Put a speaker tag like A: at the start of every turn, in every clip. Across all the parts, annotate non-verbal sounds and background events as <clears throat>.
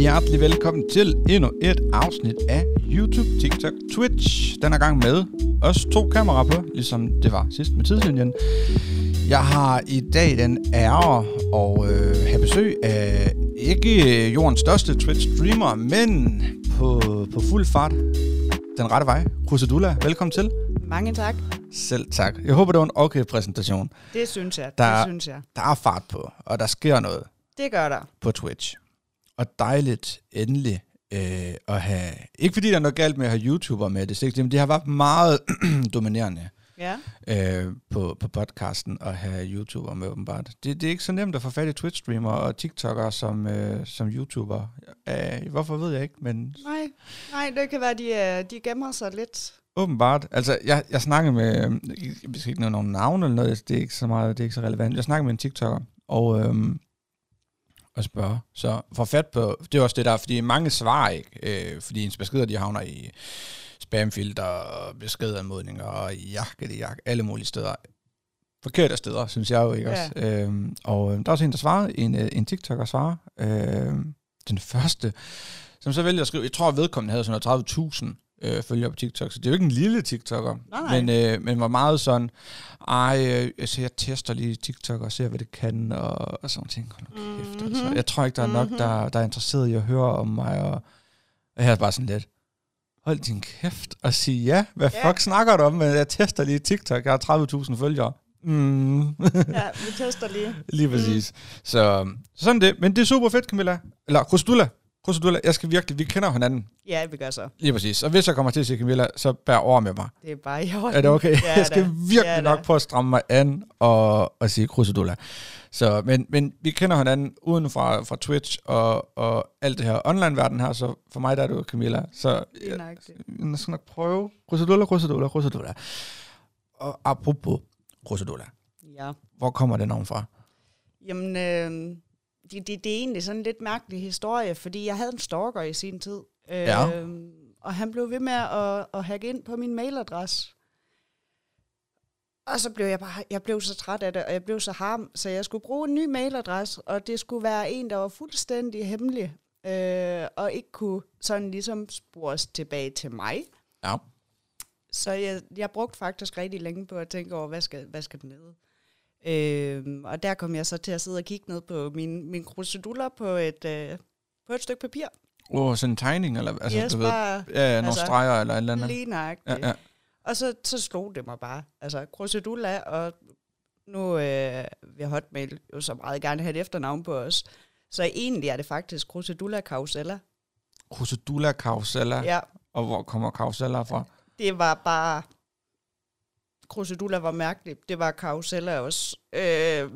A: Hjertelig velkommen til endnu et afsnit af YouTube, TikTok, Twitch. Den er gang med os to kameraer på, ligesom det var sidst med tidslinjen. Jeg har i dag den ære at øh, have besøg af ikke jordens største Twitch-streamer, men på, på fuld fart den rette vej. Rusedula, velkommen til.
B: Mange tak.
A: Selv tak. Jeg håber, det var en okay præsentation.
B: Det synes jeg. Der,
A: Der-
B: det synes jeg.
A: Der er fart på, og der sker noget.
B: Det gør der.
A: på Twitch. Og dejligt endelig øh, at have... Ikke fordi der er noget galt med at have YouTuber med det, slet ikke, men det har været meget <clears throat> dominerende
B: Ja.
A: øh, på, på podcasten at have YouTuber med åbenbart. Det, det er ikke så nemt at få fat i Twitch-streamere og TikTokere som, øh, som YouTuber. Øh, hvorfor ved jeg ikke, men
B: Nej, nej, det kan være, de, øh, de gemmer sig lidt.
A: Åbenbart. Altså, jeg, jeg snakkede med, øhm, vi skal ikke nævne nogen navne eller noget, det er ikke så meget, det er ikke så relevant. Jeg snakkede med en TikToker, og, øhm, og spørger. Så for fat på, det er også det der, fordi mange svarer ikke, øh, fordi ens beskeder, de havner i spamfilter og beskedanmodninger og jakke, det jak, alle mulige steder. Forkerte steder, synes jeg jo ikke også. Øhm, og øh, der er også en, der svarede, en, øh, en TikToker svarer, øh, den første, som så vælger at skrive, jeg tror, vedkommende havde sådan noget 30.000 øh, følgere på TikTok, så det er jo ikke en lille TikToker,
B: Nej, nej.
A: Men, øh, men var meget sådan, ej, øh, altså, jeg tester lige TikTok og ser, hvad det kan, og, og sådan ting. Hold nu kæft, mm-hmm. altså.
B: Mhm.
A: Jeg tror ikke, der er nok,
B: Mhm.
A: der, der er interesseret i at høre om mig, og, og jeg er bare sådan lidt, hold din kæft og sig ja, hvad
B: Ja.
A: fuck snakker du om, men jeg tester lige TikTok, jeg har 30.000 følgere. Mm. <laughs>
B: Ja, vi tester lige.
A: Lige præcis. Mm. Så sådan det. Men det er super fedt, Camilla. Eller Krusdula. Krusdula, jeg skal virkelig, vi kender hinanden.
B: Ja, vi gør så.
A: Lige præcis. Og hvis jeg kommer til at sige Camilla, så bær over med mig.
B: Det er bare i orden.
A: Er det okay?
B: Det
A: <laughs> Ja, jeg skal
B: det.
A: virkelig
B: Det er
A: ja, nok
B: det.
A: prøve at stramme mig an og, og sige Krusdula. Så, men, men vi kender hinanden uden fra, fra Twitch og, og alt det her online-verden her, så for mig der er du Camilla. Så
B: Lige nøjagtigt.
A: jeg skal nok prøve. Krusdula, Krusdula, Krusdula. Og apropos Krusdula,
B: Ja.
A: hvor kommer det navn fra?
B: Jamen, øh, det, det, det er egentlig sådan en lidt mærkelig historie, fordi jeg havde en stalker i sin tid. Øh,
A: Ja.
B: Og han blev ved med at, at hacke ind på min mailadresse. Og så blev jeg bare, jeg blev så træt af det, og jeg blev så harm, så jeg skulle bruge en ny mailadresse, og det skulle være en, der var fuldstændig hemmelig, øh, og ikke kunne sådan ligesom spores tilbage til mig.
A: Ja.
B: Så jeg, jeg brugte faktisk rigtig længe på at tænke over, hvad skal, hvad skal den hedde? Øhm, og der kom jeg så til at sidde og kigge ned på mine, mine kruseduller på et, øh, på et stykke papir.
A: Åh, oh, sådan en tegning, eller altså,
B: yes,
A: du ved,
B: bare
A: ja, ja, nogle
B: altså,
A: altså, streger eller et eller andet.
B: lige nøjagtigt.
A: ja, ja.
B: Og så, så slog det mig bare. Altså, krusedulla, og nu øh, vil Hotmail jo så meget gerne have et efternavn på os. Så egentlig er det faktisk krusedulla causella.
A: Krusedula Kausella,
B: Ja.
A: ja.
B: ja,
A: og hvor kommer Kausella fra?
B: det var bare... Krusedulla var mærkeligt. Det var karuseller også. Øh,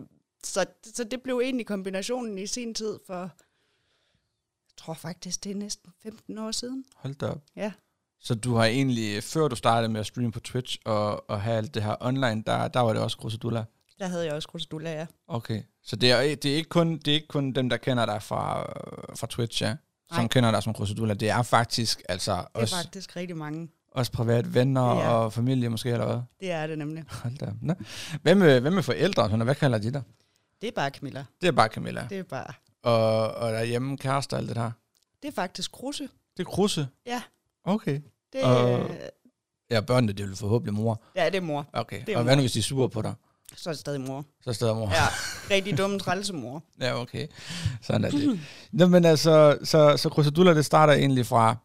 B: så, så det blev egentlig kombinationen i sin tid for... Jeg tror faktisk, det er næsten 15 år siden.
A: Hold da op.
B: Ja.
A: Så du har egentlig, øh, før du startede med at streame på Twitch og, og have alt det her online, der, der var det også Krusedula?
B: Der havde jeg også krusedulla, ja.
A: Okay. Så det er, det, er ikke kun, det er ikke kun dem, der kender dig fra, øh, fra Twitch, ja? Som
B: Nej.
A: kender dig som Krusedula. Det er faktisk altså
B: Det er
A: også,
B: faktisk rigtig mange.
A: også privat venner
B: Det er.
A: og familie måske, eller hvad? <laughs>
B: Det er det nemlig.
A: Hold da op. Nå. Hvem, øh, hvem er forældre og sådan noget? Hvad kalder de dig?
B: Det er bare Camilla.
A: Det er bare Camilla.
B: Det er bare...
A: Og, og derhjemme kærester og alt det der.
B: Det er faktisk kruse.
A: Det er krusse?
B: Ja.
A: Okay.
B: Det,
A: Og-
B: øh,
A: Ja, børnene, det er vel forhåbentlig mor.
B: ja, det er mor.
A: Okay.
B: Det er
A: og hvad nu, hvis de er sure på dig?
B: Så er det stadig mor.
A: Så er det stadig mor.
B: Ja, rigtig dumme trælsemor.
A: ja okay. Sådan er det. Nå, men altså, så, så Krusadula, det starter egentlig fra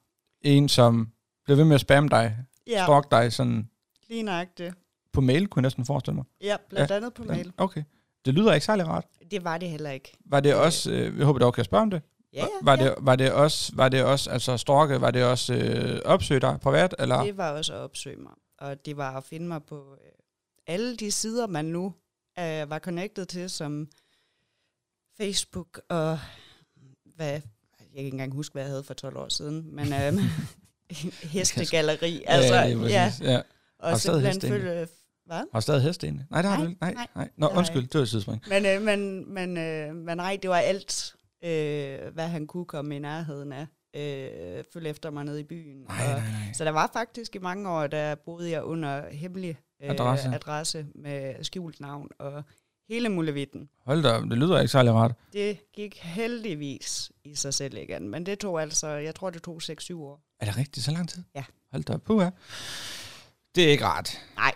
A: en, som blev ved med at spamme dig,
B: Ja,
A: ja. stalk dig sådan
B: lige nøjagtigt.
A: på mail, kunne jeg næsten forestille mig.
B: Ja, blandt andet på mail.
A: Okay. Det lyder ikke særlig rart.
B: Det var det heller ikke.
A: Var det
B: Øh.
A: også, øh, jeg håber dog, kan jeg spørge om det?
B: Ja, ja,
A: var,
B: ja.
A: det, var det også, var det også, altså stalke, var det også øh, opsøge dig privat, eller?
B: Det var også at opsøge mig. Og det var at finde mig på øh, alle de sider, man nu øh, var connected til, som Facebook og mm, hvad, jeg kan ikke engang huske, hvad jeg havde for 12 år siden,
A: <laughs>
B: men øh, <laughs> hestegalleri, altså,
A: lige
B: ja,
A: præcis.
B: ja
A: ja. Har du
B: og
A: stadig
B: simpelthen
A: heste egentlig?
B: følge,
A: Har du stadig heste egentlig? Nej, det har
B: Nej,
A: du ikke. Nej, nej.
B: nej.
A: nej. Nå,
B: Det har jeg
A: undskyld,
B: ikke.
A: det var et sidespring.
B: men, øh, men, men, øh, men nej, det var alt, øh, hvad han kunne komme i nærheden af, øh, følge efter mig nede i byen,
A: Nej,
B: og,
A: nej, nej.
B: Så der var faktisk i mange år, der boede jeg under hemmelig øh,
A: Adresse.
B: adresse med skjult navn og Hele muligheden.
A: Hold da, op, det lyder ikke særlig rart.
B: Det gik heldigvis i sig selv igen, men det tog altså, jeg tror det tog 6-7 år.
A: Er det rigtigt så lang tid?
B: Ja.
A: Hold da, op, puha. Det er ikke rart.
B: Nej.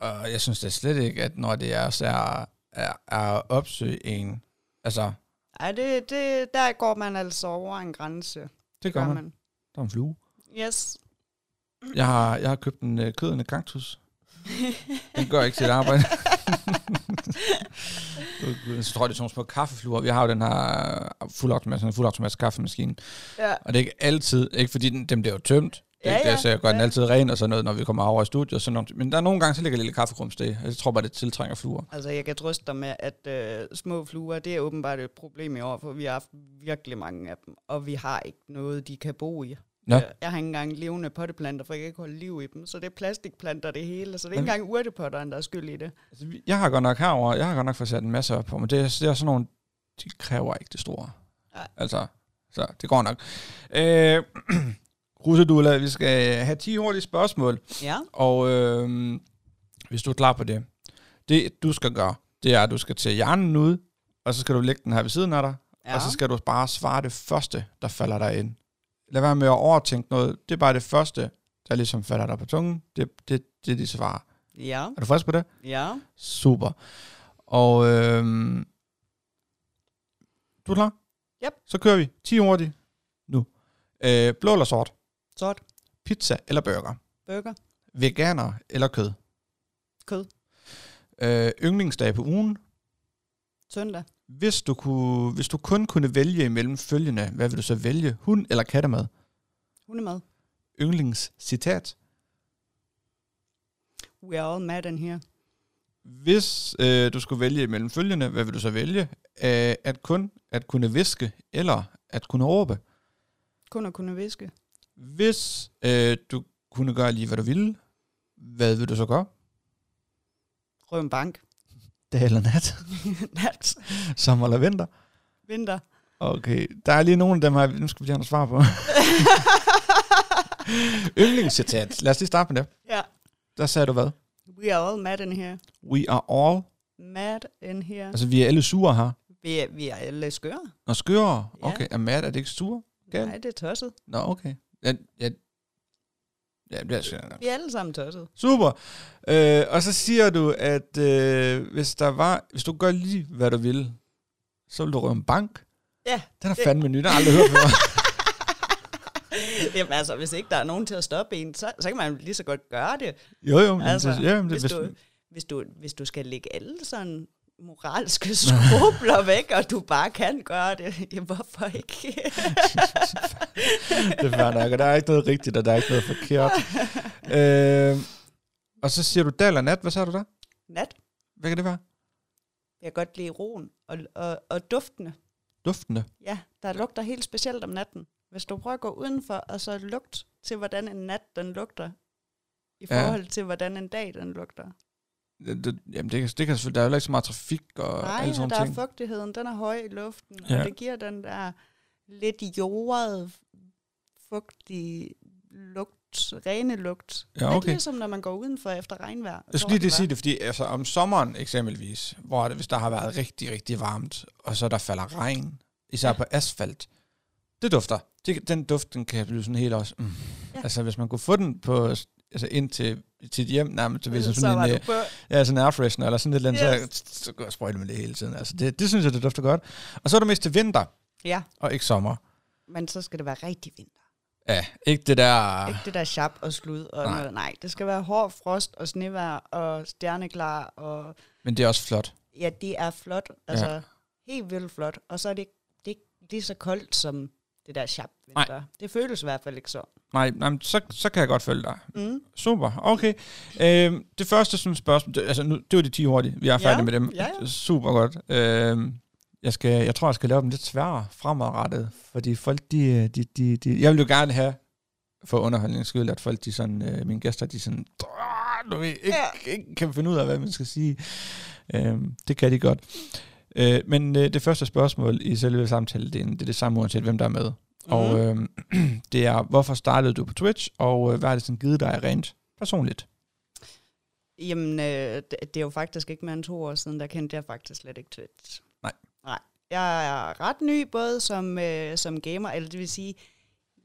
A: Og jeg synes da slet ikke, at når det er, så er, er, er at opsøge en... Altså,
B: Ej, det, det, der går man altså over en grænse.
A: det gør man. Der er en flue.
B: Yes.
A: Jeg har, jeg har købt en øh, kødende kaktus. Den gør ikke sit arbejde. <laughs> Gud, så tror jeg, det er sådan nogle små kaffefluer. Vi har jo den her øh, fuldautomatisk, fuldautomatisk kaffemaskine.
B: Ja.
A: Og det er ikke altid, ikke fordi den, dem bliver jo tømt. Det er
B: Ja,
A: ikke
B: ja.
A: det, så jeg gør den
B: Ja.
A: altid ren og sådan noget, når vi kommer over i studiet. og Sådan noget. Men der er nogle gange, så ligger lille kaffekrums det. Jeg tror bare, det tiltrænger fluer.
B: Altså, jeg kan trøste dig med, at øh, små fluer, det er åbenbart et problem i år, for vi har haft virkelig mange af dem, og vi har ikke noget, de kan bo i. Øh,
A: Nå.
B: Jeg, jeg har ikke engang levende potteplanter, for jeg kan ikke holde liv i dem, så det er plastikplanter det hele, så det er ikke
A: Men-
B: engang urtepotteren, der er skyld i det.
A: Altså, vi- jeg har godt nok herover, jeg har godt nok fået sat en masse op på, men det, er- det er sådan nogle, de kræver ikke det store.
B: Nej.
A: Altså, så det går nok. Øh, <clears throat> Russedula, vi skal have 10 hurtige spørgsmål,
B: Ja,
A: og øh, hvis du er klar på det, det du skal gøre, det er, at du skal tage hjernen ud, og så skal du lægge den her ved siden af dig,
B: ja.
A: og så skal du bare svare det første, der falder dig ind. Lad være med at overtænke noget, det er bare det første, der ligesom falder dig på tungen, det, det, det er dit svar.
B: ja,
A: Er du frisk på det?
B: ja.
A: Super. Og øhm, du er klar?
B: Yep.
A: Så kører vi. 10 hurtigt. Nu. Øh, blå eller sort?
B: Sort,
A: Pizza eller burger?
B: burger,
A: Veganer eller kød?
B: Kød.
A: Øh, yndlingsdag på ugen?
B: søndag,
A: Hvis du, kunne, hvis du kun kunne vælge imellem følgende, hvad vil du så vælge? Hund eller kattemad?
B: hundemad.
A: Yndlingscitat?
B: We are all mad in here.
A: Hvis øh, du skulle vælge imellem følgende, hvad vil du så vælge? Øh, at kun at kunne viske eller at kunne råbe?
B: Kun at kunne viske.
A: Hvis øh, du kunne gøre lige, hvad du ville, hvad vil du så gøre?
B: Røv en bank. <laughs>
A: Dag eller nat,
B: Nat.
A: <laughs> sommer eller vinter. <laughs>
B: Vinter.
A: Okay, der er lige nogle af dem her, nu skal vi lige have noget svar på. <laughs> Yndlingscitat, lad os lige starte med det.
B: ja.
A: Der sagde du hvad?
B: We are all mad in here.
A: We are all,
B: Mad in here.
A: altså vi er alle sure her.
B: Vi er, vi er alle skøre.
A: Nå, skøre.
B: Ja.
A: Okay, er mad, er det ikke sure? Gal?
B: Nej, det er tosset.
A: Nå, okay. Jeg, jeg, jeg bliver sådan
B: Vi er alle sammen tosset. <laughs>
A: Super. Øh, og så siger du, at øh, hvis, der var, hvis du gør lige, hvad du vil, så vil du røve en bank.
B: Ja.
A: Den er
B: Det-
A: fandme ny, den har jeg aldrig hørt
B: <laughs>
A: før.
B: Jamen altså, hvis ikke der er nogen til at stoppe en, så, så kan man lige så godt gøre det.
A: jo, jo. men
B: Altså,
A: det, ja, men det,
B: Hvis
A: hvis,
B: du, hvis, du, hvis du skal lægge alle sådan moralske <laughs> skrubler væk, og du bare kan gøre det, <laughs> jamen, hvorfor ikke? <laughs>
A: det er fair nok, og der er ikke noget rigtigt, og der er ikke noget forkert. øh, og så siger du dag eller nat. Hvad sagde du der?
B: Nat,
A: Hvad kan det være?
B: jeg kan godt lide roen og, og, og duftene.
A: Duftende.
B: Ja, der lugter helt specielt om natten. Hvis du prøver at gå udenfor, og så lugt til, hvordan en nat den lugter, i
A: Ja.
B: forhold til, hvordan en dag den lugter.
A: Det, det, jamen, det, kan, det kan selvfølgelig, der er jo heller ikke så meget trafik og
B: Nej,
A: alle
B: og
A: sådan
B: der
A: ting.
B: er fugtigheden, den er høj i luften, ja.
A: Ja.
B: og det giver den der lidt jordet, fugtige lugt, rene lugt.
A: Ja,
B: Lidt
A: okay.
B: ligesom når man går udenfor efter regnvejr.
A: Jeg skulle lige det sige det, fordi altså, om sommeren eksempelvis, hvor det, hvis der har været rigtig, rigtig varmt, og så der falder regn, især ja. på asfalt, det dufter. Det, den duft, den kan blive sådan helt også... Mm. Ja.
B: Ja.
A: Altså, hvis man kunne få den på, altså, ind til, til et hjem nærmest, så ville
B: så
A: sådan,
B: var
A: sådan en,
B: du
A: øh,
B: på.
A: ja, sådan en air freshener eller sådan et eller andet,
B: Yes.
A: yes. så, så går jeg og sprøjter med det hele tiden. Altså, det, det synes jeg, det dufter godt. Og så er det mest til vinter,
B: Ja,
A: og ikke sommer.
B: men så skal det være rigtig vinter.
A: Ja, ikke det der...
B: Ikke det der chap og slud og
A: Ah. Nej.
B: nej. noget. Nej, det skal være hård frost og snevejr og stjerneklar. Og
A: Men det er også flot.
B: ja, det er flot. Altså, ja. helt vildt flot. Og så er det, ikke- det, er ikke- det er så koldt som det der chap vinter. Nej. Det føles i hvert fald ikke så.
A: Nej, nej men så, så kan jeg godt følge dig.
B: Mm.
A: Super, okay. Øhm, det første sådan spørgsmål, det, altså nu, det var de 10 hurtige, vi er
B: Ja,
A: færdige med dem.
B: ja, ja.
A: Super godt. Øhm, jeg, skal, jeg tror, jeg skal lave dem lidt sværere fremadrettet, fordi folk, de, øh, de, de, de jeg vil jo gerne have, for underholdningens skyld, at folk, de sådan, øh, mine gæster, de sådan, "Åh, du ved, ikke, ja. ikke kan finde ud af, hvad man skal sige. Øhm, det kan de godt. Øh, men øh, det første spørgsmål i selve samtalen, det er det samme uanset, hvem der er med. Mm.
B: Mhm.
A: Og øh, det er, hvorfor startede du på Twitch, og øh, hvad har det sådan givet dig rent personligt?
B: Jamen, øh, det, det er jo faktisk ikke mere end to år siden, der kendte jeg faktisk slet ikke Twitch.
A: Nej.
B: Nej. Jeg er ret ny, både som, øh, som gamer, eller det vil sige,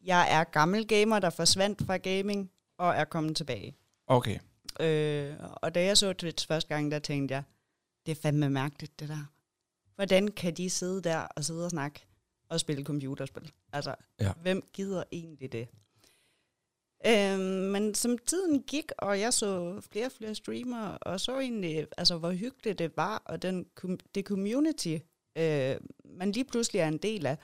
B: jeg er gammel gamer, der forsvandt fra gaming og er kommet tilbage.
A: Okay.
B: Øh, og da jeg så Twitch første gang, der tænkte jeg, det er fandme mærkeligt, det der. Hvordan kan de sidde der og sidde og snakke og spille computerspil? Altså,
A: Ja.
B: ja. hvem gider egentlig det? Øhm, men som tiden gik, og jeg så flere og flere streamere, og så egentlig, altså, hvor hyggeligt det var, og den, com- det community, øh, man lige pludselig er en del af,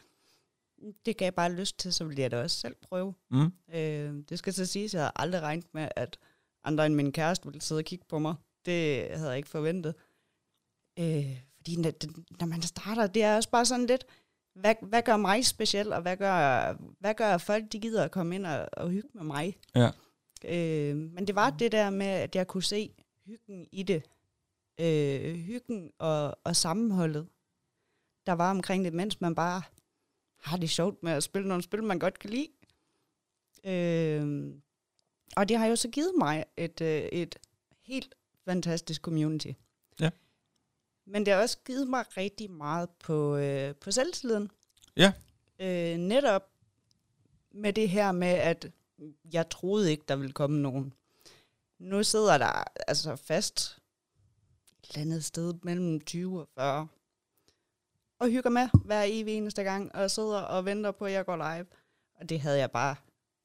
B: det gav bare lyst til, så ville jeg da også selv prøve.
A: Mm.
B: Øh, det skal så siges, jeg havde aldrig regnet med, at andre end min kæreste ville sidde og kigge på mig. Det havde jeg ikke forventet. Øh, fordi når, det- når man starter, det er også bare sådan lidt, hvad, hvad gør mig speciel, og hvad gør, hvad gør at folk, de gider at komme ind og, og hygge med mig?
A: Ja.
B: Øh, men det var det der med, at jeg kunne se hyggen i det. Øh, hyggen og, og sammenholdet, der var omkring det, mens man bare har det sjovt med at spille nogle spil, man godt kan lide. Øh, og det har jo så givet mig et, øh, et helt fantastisk community.
A: Ja.
B: Men det har også givet mig rigtig meget på, øh, på selvtilliden.
A: Ja.
B: Øh, netop med det her med, at jeg troede ikke, der ville komme nogen. Nu sidder der altså fast et eller andet sted mellem 20 og 40 og hygger med hver evig eneste gang, og sidder og venter på, at jeg går live. Og det havde jeg bare,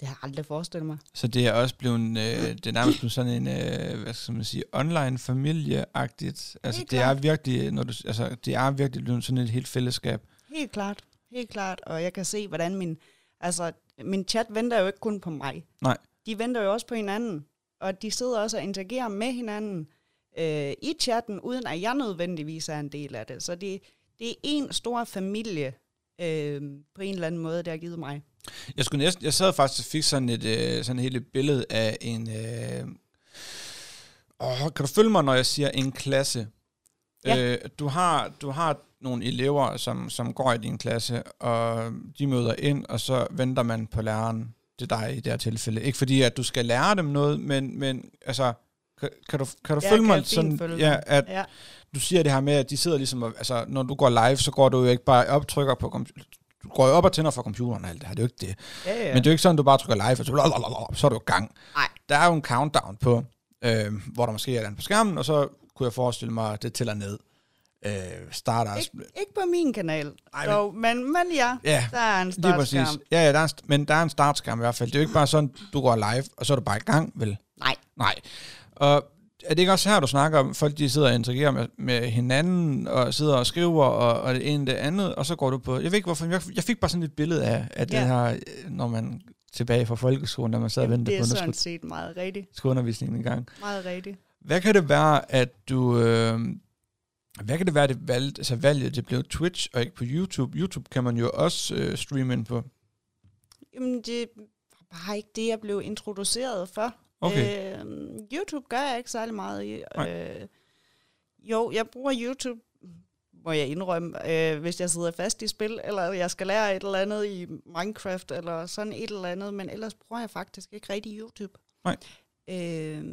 B: det har jeg aldrig forestillet mig.
A: Så det er også blevet, øh, det er nærmest blevet sådan en, øh, hvad skal man sige, online familieagtigt. Altså
B: Helt
A: det er
B: klart.
A: virkelig, når du, altså det er virkelig blevet sådan et helt fællesskab.
B: Helt klart, helt klart. Og jeg kan se, hvordan min, altså, min chat venter jo ikke kun på mig.
A: Nej.
B: De venter jo også på hinanden. Og de sidder også og interagerer med hinanden øh, i chatten, uden at jeg nødvendigvis er en del af det. Så det, det er en stor familie øh, på en eller anden måde, der har givet mig.
A: Jeg skulle næsten, jeg sad faktisk og fik sådan et, øh, sådan et helt billede af en, øh, åh, kan du følge mig, når jeg siger en klasse?
B: Ja.
A: Øh, du, har, du har nogle elever, som, som går i din klasse, og de møder ind, og så venter man på læreren. Det er dig i det her tilfælde. Ikke fordi, at du skal lære dem noget, men, men altså, kan, kan du, kan du
B: Ja,
A: følge
B: kan
A: mig
B: jeg fint
A: sådan,
B: følge
A: ja,
B: dig.
A: at
B: Ja,
A: du siger det her med, at de sidder ligesom, og- altså når du går live, så går du jo ikke bare op, trykker på, compu- du går jo op og tænder for computeren og alt det her, det er jo ikke det.
B: ja, ja.
A: Men det er jo ikke sådan, du bare trykker live, og så, lalalala, så er du i gang.
B: Nej.
A: Der er jo en countdown på, øh, hvor der måske er et eller andet på skærmen, og så kunne jeg forestille mig, at det tæller ned. Øh, starter.
B: ikke, ikke på min kanal,
A: Ej,
B: Ej,
A: men-
B: dog, men, men ja,
A: Ja,
B: der er en
A: lige præcis.
B: startskærm.
A: Ja, ja der er en, st- men der er en startskærm i hvert fald. Det er jo ikke bare sådan, du går live, og så er du bare i gang, vel?
B: Nej.
A: Nej. Og er det ikke også her, du snakker om, folk de sidder og interagerer med, med hinanden, og sidder og skriver, og, og det ene det andet, og så går du på... Jeg ved ikke, hvorfor... Jeg, jeg fik bare sådan et billede af, af det
B: Ja.
A: her, øh, når man tilbage fra folkeskolen, da man sad og
B: Jamen,
A: ventede
B: det
A: på
B: er sådan
A: underskud,
B: set meget rigtigt.
A: undervisningen en gang.
B: Meget rigtigt.
A: Hvad kan det være, at du... Øh, hvad kan det være, det valgte, altså valget det blev Twitch og ikke på YouTube? YouTube kan man jo også øh, streame ind på.
B: Jamen, det var bare ikke det, jeg blev introduceret for.
A: Okay,
B: Øh, YouTube gør jeg ikke særlig meget i.
A: Nej.
B: Øh, jo, jeg bruger YouTube, må jeg indrømme, øh, hvis jeg sidder fast i spil, eller jeg skal lære et eller andet i Minecraft, eller sådan et eller andet, men ellers bruger jeg faktisk ikke rigtig YouTube.
A: Nej.
B: Øh,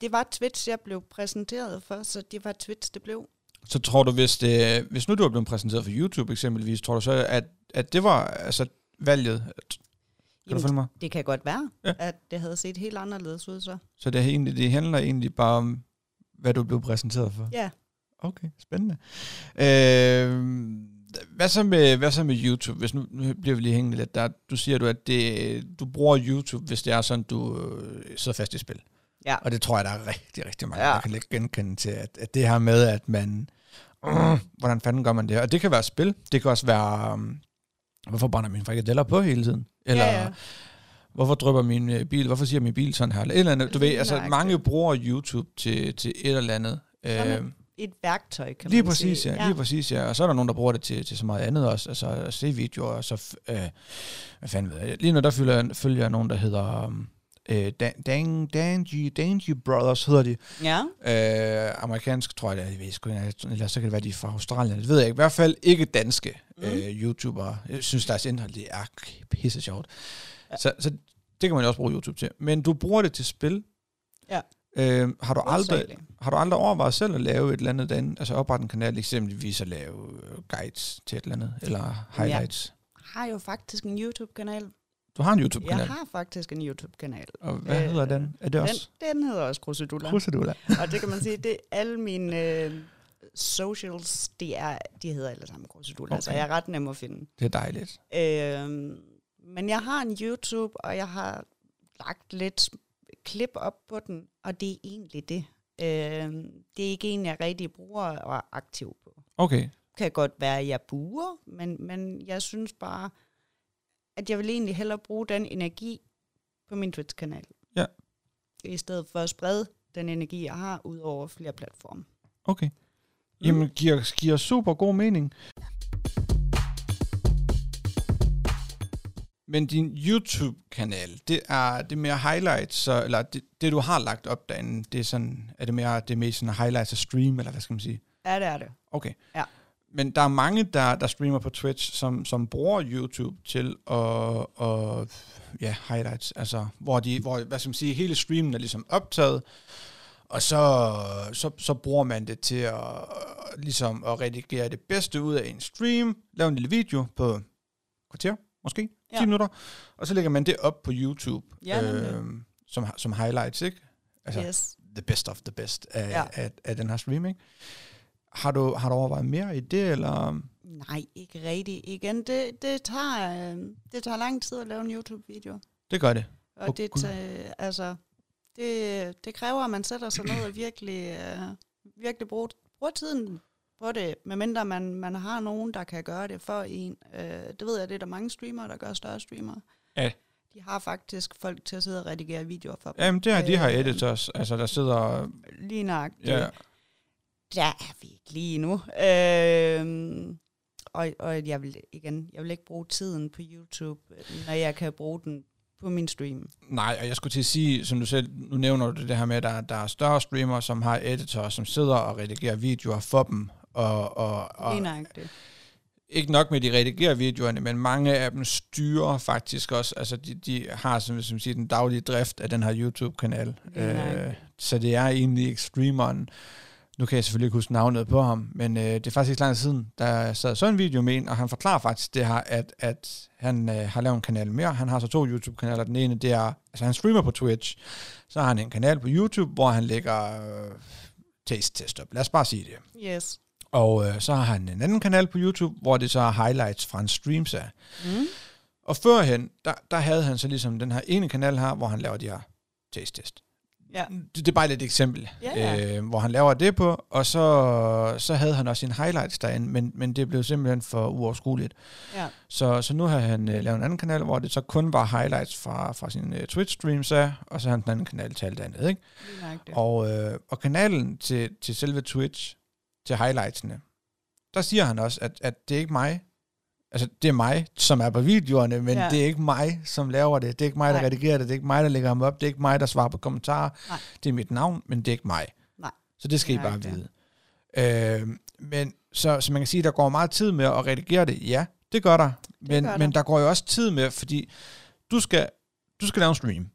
B: det var Twitch, jeg blev præsenteret for, så det var Twitch, det blev.
A: så tror du, hvis, det, hvis nu du var blevet præsenteret for YouTube eksempelvis, tror du så, at, at det var altså, valget? Kan du følge mig?
B: det kan godt være,
A: Ja.
B: ja. at det havde set helt anderledes ud så.
A: Så det, er egentlig, det handler egentlig bare om, hvad du blev præsenteret for?
B: Ja.
A: Okay, spændende. Øh, hvad, så med, hvad så med YouTube? Hvis nu, nu bliver vi lige hængende lidt der. Du siger du, at det, du bruger YouTube, hvis det er sådan, du øh, sidder fast i spil.
B: Ja.
A: Og det tror jeg, der er rigtig, rigtig mange, ja.
B: Ja.
A: der kan lægge genkende til, at, at det her med, at man... Uh, hvordan fanden gør man det her? Og det kan være spil. Det kan også være... Um, hvorfor brænder mine frikadeller på hele tiden? Eller
B: ja, ja.
A: hvorfor drøber min øh, bil? Hvorfor siger min bil sådan her? Eller et eller andet. Du ved,
B: Lige
A: altså
B: nøjagtigt.
A: mange bruger YouTube til, til et eller andet.
B: Sådan
A: Øhm,
B: Et værktøj, kan
A: lige
B: man sige.
A: præcis, ja, ja. Lige præcis, ja. Og så er der nogen, der bruger det til, til så meget andet også. Altså at se videoer, og så... f- Øh, hvad fanden ved jeg? Lige nu, der følger jeg, følger jeg nogen, der hedder... um, Øh, Dan, Dan, Dangy, Dangy Brothers hedder de.
B: Ja.
A: Øh, amerikansk, tror jeg det er. Jeg ved sgu ikke, eller så kan det være, de er fra Australien. Det ved jeg ikke. I hvert fald ikke danske mm.
B: Mm.
A: øh, YouTubere. Jeg synes, deres indhold det er pisse sjovt. Så, så det kan man jo også bruge YouTube til. Men du bruger det til spil.
B: Ja.
A: Øh, har, du aldrig,
B: Hovedsageligt.
A: har du aldrig overvejet selv at lave et eller andet derinde? Altså oprette en kanal, eksempelvis at lave øh, guides til et eller andet, eller highlights. Ja.
B: har jo faktisk en YouTube-kanal.
A: Du har en YouTube-kanal,
B: Jeg har faktisk en YouTube-kanal.
A: og hvad
B: Øh,
A: hedder den? Er det
B: Den,
A: også?
B: den hedder også Kruseduller.
A: Krusedula.
B: og det kan man sige, det er alle mine øh, socials, de, er, de hedder alle sammen Kruseduller, okay. så
A: Okay.
B: jeg er ret nem at finde.
A: Det er dejligt.
B: Øh, men jeg har en YouTube, og jeg har lagt lidt klip op på den, og det er egentlig det. Øh, det er ikke en, jeg rigtig bruger og er aktiv på.
A: Okay,
B: kan godt være, at jeg buer, men, men jeg synes bare, at jeg vil egentlig hellere bruge den energi på min Twitch-kanal.
A: Ja.
B: I stedet for at sprede den energi, jeg har, ud over flere platforme.
A: okay. Jamen, giver, giver super god mening. Men din YouTube-kanal, det er det er mere highlights, så, eller det, det, du har lagt op derinde, det er, sådan, er det mere, det er mere sådan highlights af stream, eller hvad skal man sige?
B: Ja, det er det.
A: Okay.
B: Ja.
A: Men der er mange, der, der streamer på Twitch, som, som bruger YouTube til at, og, ja, highlights, altså, hvor, de, hvor hvad skal man sige, hele streamen er ligesom optaget, og så, så, så bruger man det til at, ligesom at redigere det bedste ud af en stream, lave en lille video på et kvarter, måske, 10
B: Ja.
A: minutter, og så lægger man det op på YouTube,
B: Ja, nemlig.
A: som, som highlights, ikke? Øh, Altså,
B: Altså, yes.
A: the best of the best af, ja.
B: Ja.
A: af, af den her streaming. Har du, har du overvejet mere i det, eller?
B: Nej, ikke rigtigt. Igen, det, det, tager, øh, det tager lang tid at lave en YouTube-video.
A: Det gør det.
B: Og
A: Åh,
B: oh, det,
A: Gud.
B: tager, altså, det, det kræver, at man sætter sig ned og virkelig, øh, virkelig bruger, bruger tiden på det, medmindre man, man har nogen, der kan gøre det for en. Øh, det ved jeg, det er der mange streamere, der gør større streamere.
A: Ja.
B: De har faktisk folk til at sidde og redigere videoer for dem.
A: Jamen, det her, de har
B: Øh,
A: editors, altså der sidder...
B: Lige nøjagtigt.
A: Ja,
B: Der er vi ikke lige nu. Øh, og, og jeg vil igen, jeg vil ikke bruge tiden på YouTube, når jeg kan bruge den på min stream.
A: nej, og jeg skulle til at sige, som du selv, nu nævner du det her med, at der, der er større streamere, som har editors, som sidder og redigerer videoer for dem, og, og, og
B: Lige nøjagtigt.
A: ikke nok med, at de redigerer videoerne, men mange af dem styrer faktisk også, altså de, de har, som, som siger, den daglige drift af den her YouTube-kanal.
B: Lige
A: Øh,
B: nøjagtigt.
A: så det er egentlig ikke streameren. Nu kan jeg selvfølgelig ikke huske navnet på ham, men øh, det er faktisk ikke lang tid siden, der sad så en video med en, og han forklarer faktisk det her, at, at han øh, har lavet en kanal mere. Han har så to YouTube-kanaler. Den ene, det er, altså han streamer på Twitch. Så har han en kanal på YouTube, hvor han lægger øh, taste-test op. Lad os bare sige det.
B: Yes.
A: Og øh, så har han en anden kanal på YouTube, hvor det så er highlights fra en streams af.
B: Mm.
A: Og førhen, der, der havde han så ligesom den her ene kanal her, hvor han laver de her taste-test.
B: Ja.
A: Det, det er bare lidt et eksempel,
B: Ja, ja.
A: Øh, hvor han laver det på, og så, så havde han også sine highlights derinde, men, men det blev simpelthen for uoverskueligt.
B: Ja.
A: Så, så nu har han øh, lavet en anden kanal, hvor det så kun var highlights fra, fra sine øh, Twitch-streams af, og så har han den anden kanal til alt andet, ikke?
B: Lige nøjagtigt.
A: Og, øh, og kanalen til, til selve Twitch, til highlightsene, der siger han også, at, at det er ikke mig, altså det er mig, som er på videoerne, men ja.
B: Ja.
A: det er ikke mig, som laver det. Det er ikke mig, der
B: Nej.
A: redigerer det. Det er ikke mig, der lægger ham op. Det er ikke mig, der svarer på kommentarer.
B: Nej.
A: Det er mit navn, men det er ikke mig.
B: Nej.
A: Så det skal I
B: Det er
A: bare
B: rigtigt.
A: vide. Øh, men så, så man kan sige, der går meget tid med at redigere det. Ja, det gør der. Men,
B: gør der.
A: men der går jo også tid med, fordi du skal, du skal lave en stream.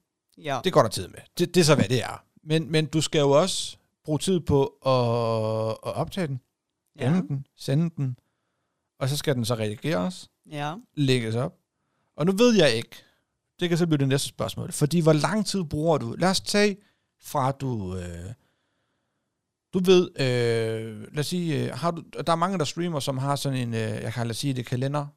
B: Ja.
A: Det går der tid med. Det, det er så, hvad det er. Men, men du skal jo også bruge tid på at, at optage den, gemme ja.
B: ja.
A: den, sende den, og så skal den så redigeres,
B: ja.
A: lægges op. Og nu ved jeg ikke, det kan så blive det næste spørgsmål, fordi hvor lang tid bruger du? Lad os tage fra du... Øh, du ved, øh, lad os sige, øh, har du, der er mange, der streamer, som har sådan en, øh, jeg kan lad os sige det, kalender.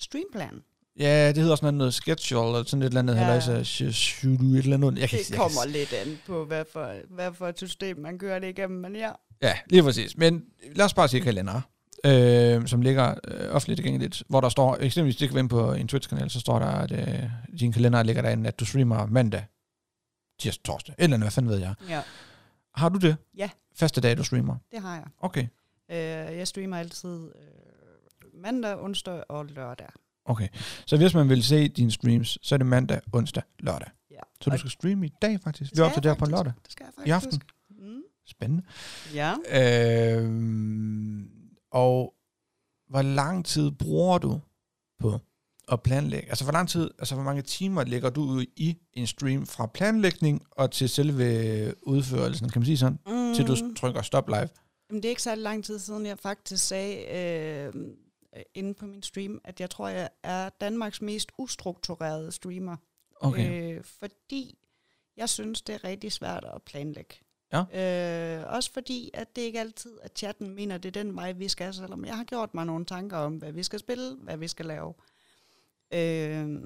B: Streamplan.
A: Ja, det hedder sådan noget schedule, eller sådan et eller andet,
B: Ja.
A: ja. eller så, sh- sh- et eller andet. Jeg kan,
B: Det
A: jeg kan,
B: kommer lidt an på, hvad for, hvad for et system man kører det igennem. Men ja,
A: Ja, lige præcis. Men lad os bare sige kalender, øh, som ligger øh, offentligt tilgængeligt, hvor der står, eksempelvis det kan være inde på en Twitch-kanal, så står der, at øh, din kalender ligger derinde, at du streamer mandag, tirsdag, torsdag, et eller andet, hvad fanden ved jeg.
B: ja
A: Har du det?
B: Ja.
A: Faste dag, du streamer?
B: det har jeg.
A: Okay,
B: Øh, jeg streamer altid øh, mandag, onsdag og lørdag.
A: okay. Så hvis man vil se dine streams, så er det mandag, onsdag, lørdag.
B: Ja.
A: Så du
B: Og
A: skal streame i dag faktisk. Vi
B: skal
A: er optaget
B: jeg
A: der på
B: faktisk.
A: lørdag.
B: Det skal jeg
A: I
B: faktisk.
A: aften.
B: Mm.
A: Spændende.
B: Ja.
A: Øhm, Øh, og hvor lang tid bruger du på at planlægge? Altså, hvor lang tid, altså, hvor mange timer lægger du i en stream fra planlægning og til selve udførelsen, kan man sige sådan?
B: Mm.
A: Til du trykker stop live.
B: Jamen, det er ikke særlig lang tid siden, jeg faktisk sagde øh, øh, inde på min stream, at jeg tror, jeg er Danmarks mest ustrukturerede streamer.
A: Okay. Øh.
B: Øh, fordi jeg synes, det er rigtig svært at planlægge.
A: Ja.
B: Øh, også fordi, at det ikke altid at chatten mener, det er den vej, vi skal, selvom jeg har gjort mig nogle tanker om, hvad vi skal spille, hvad vi skal lave. Øh,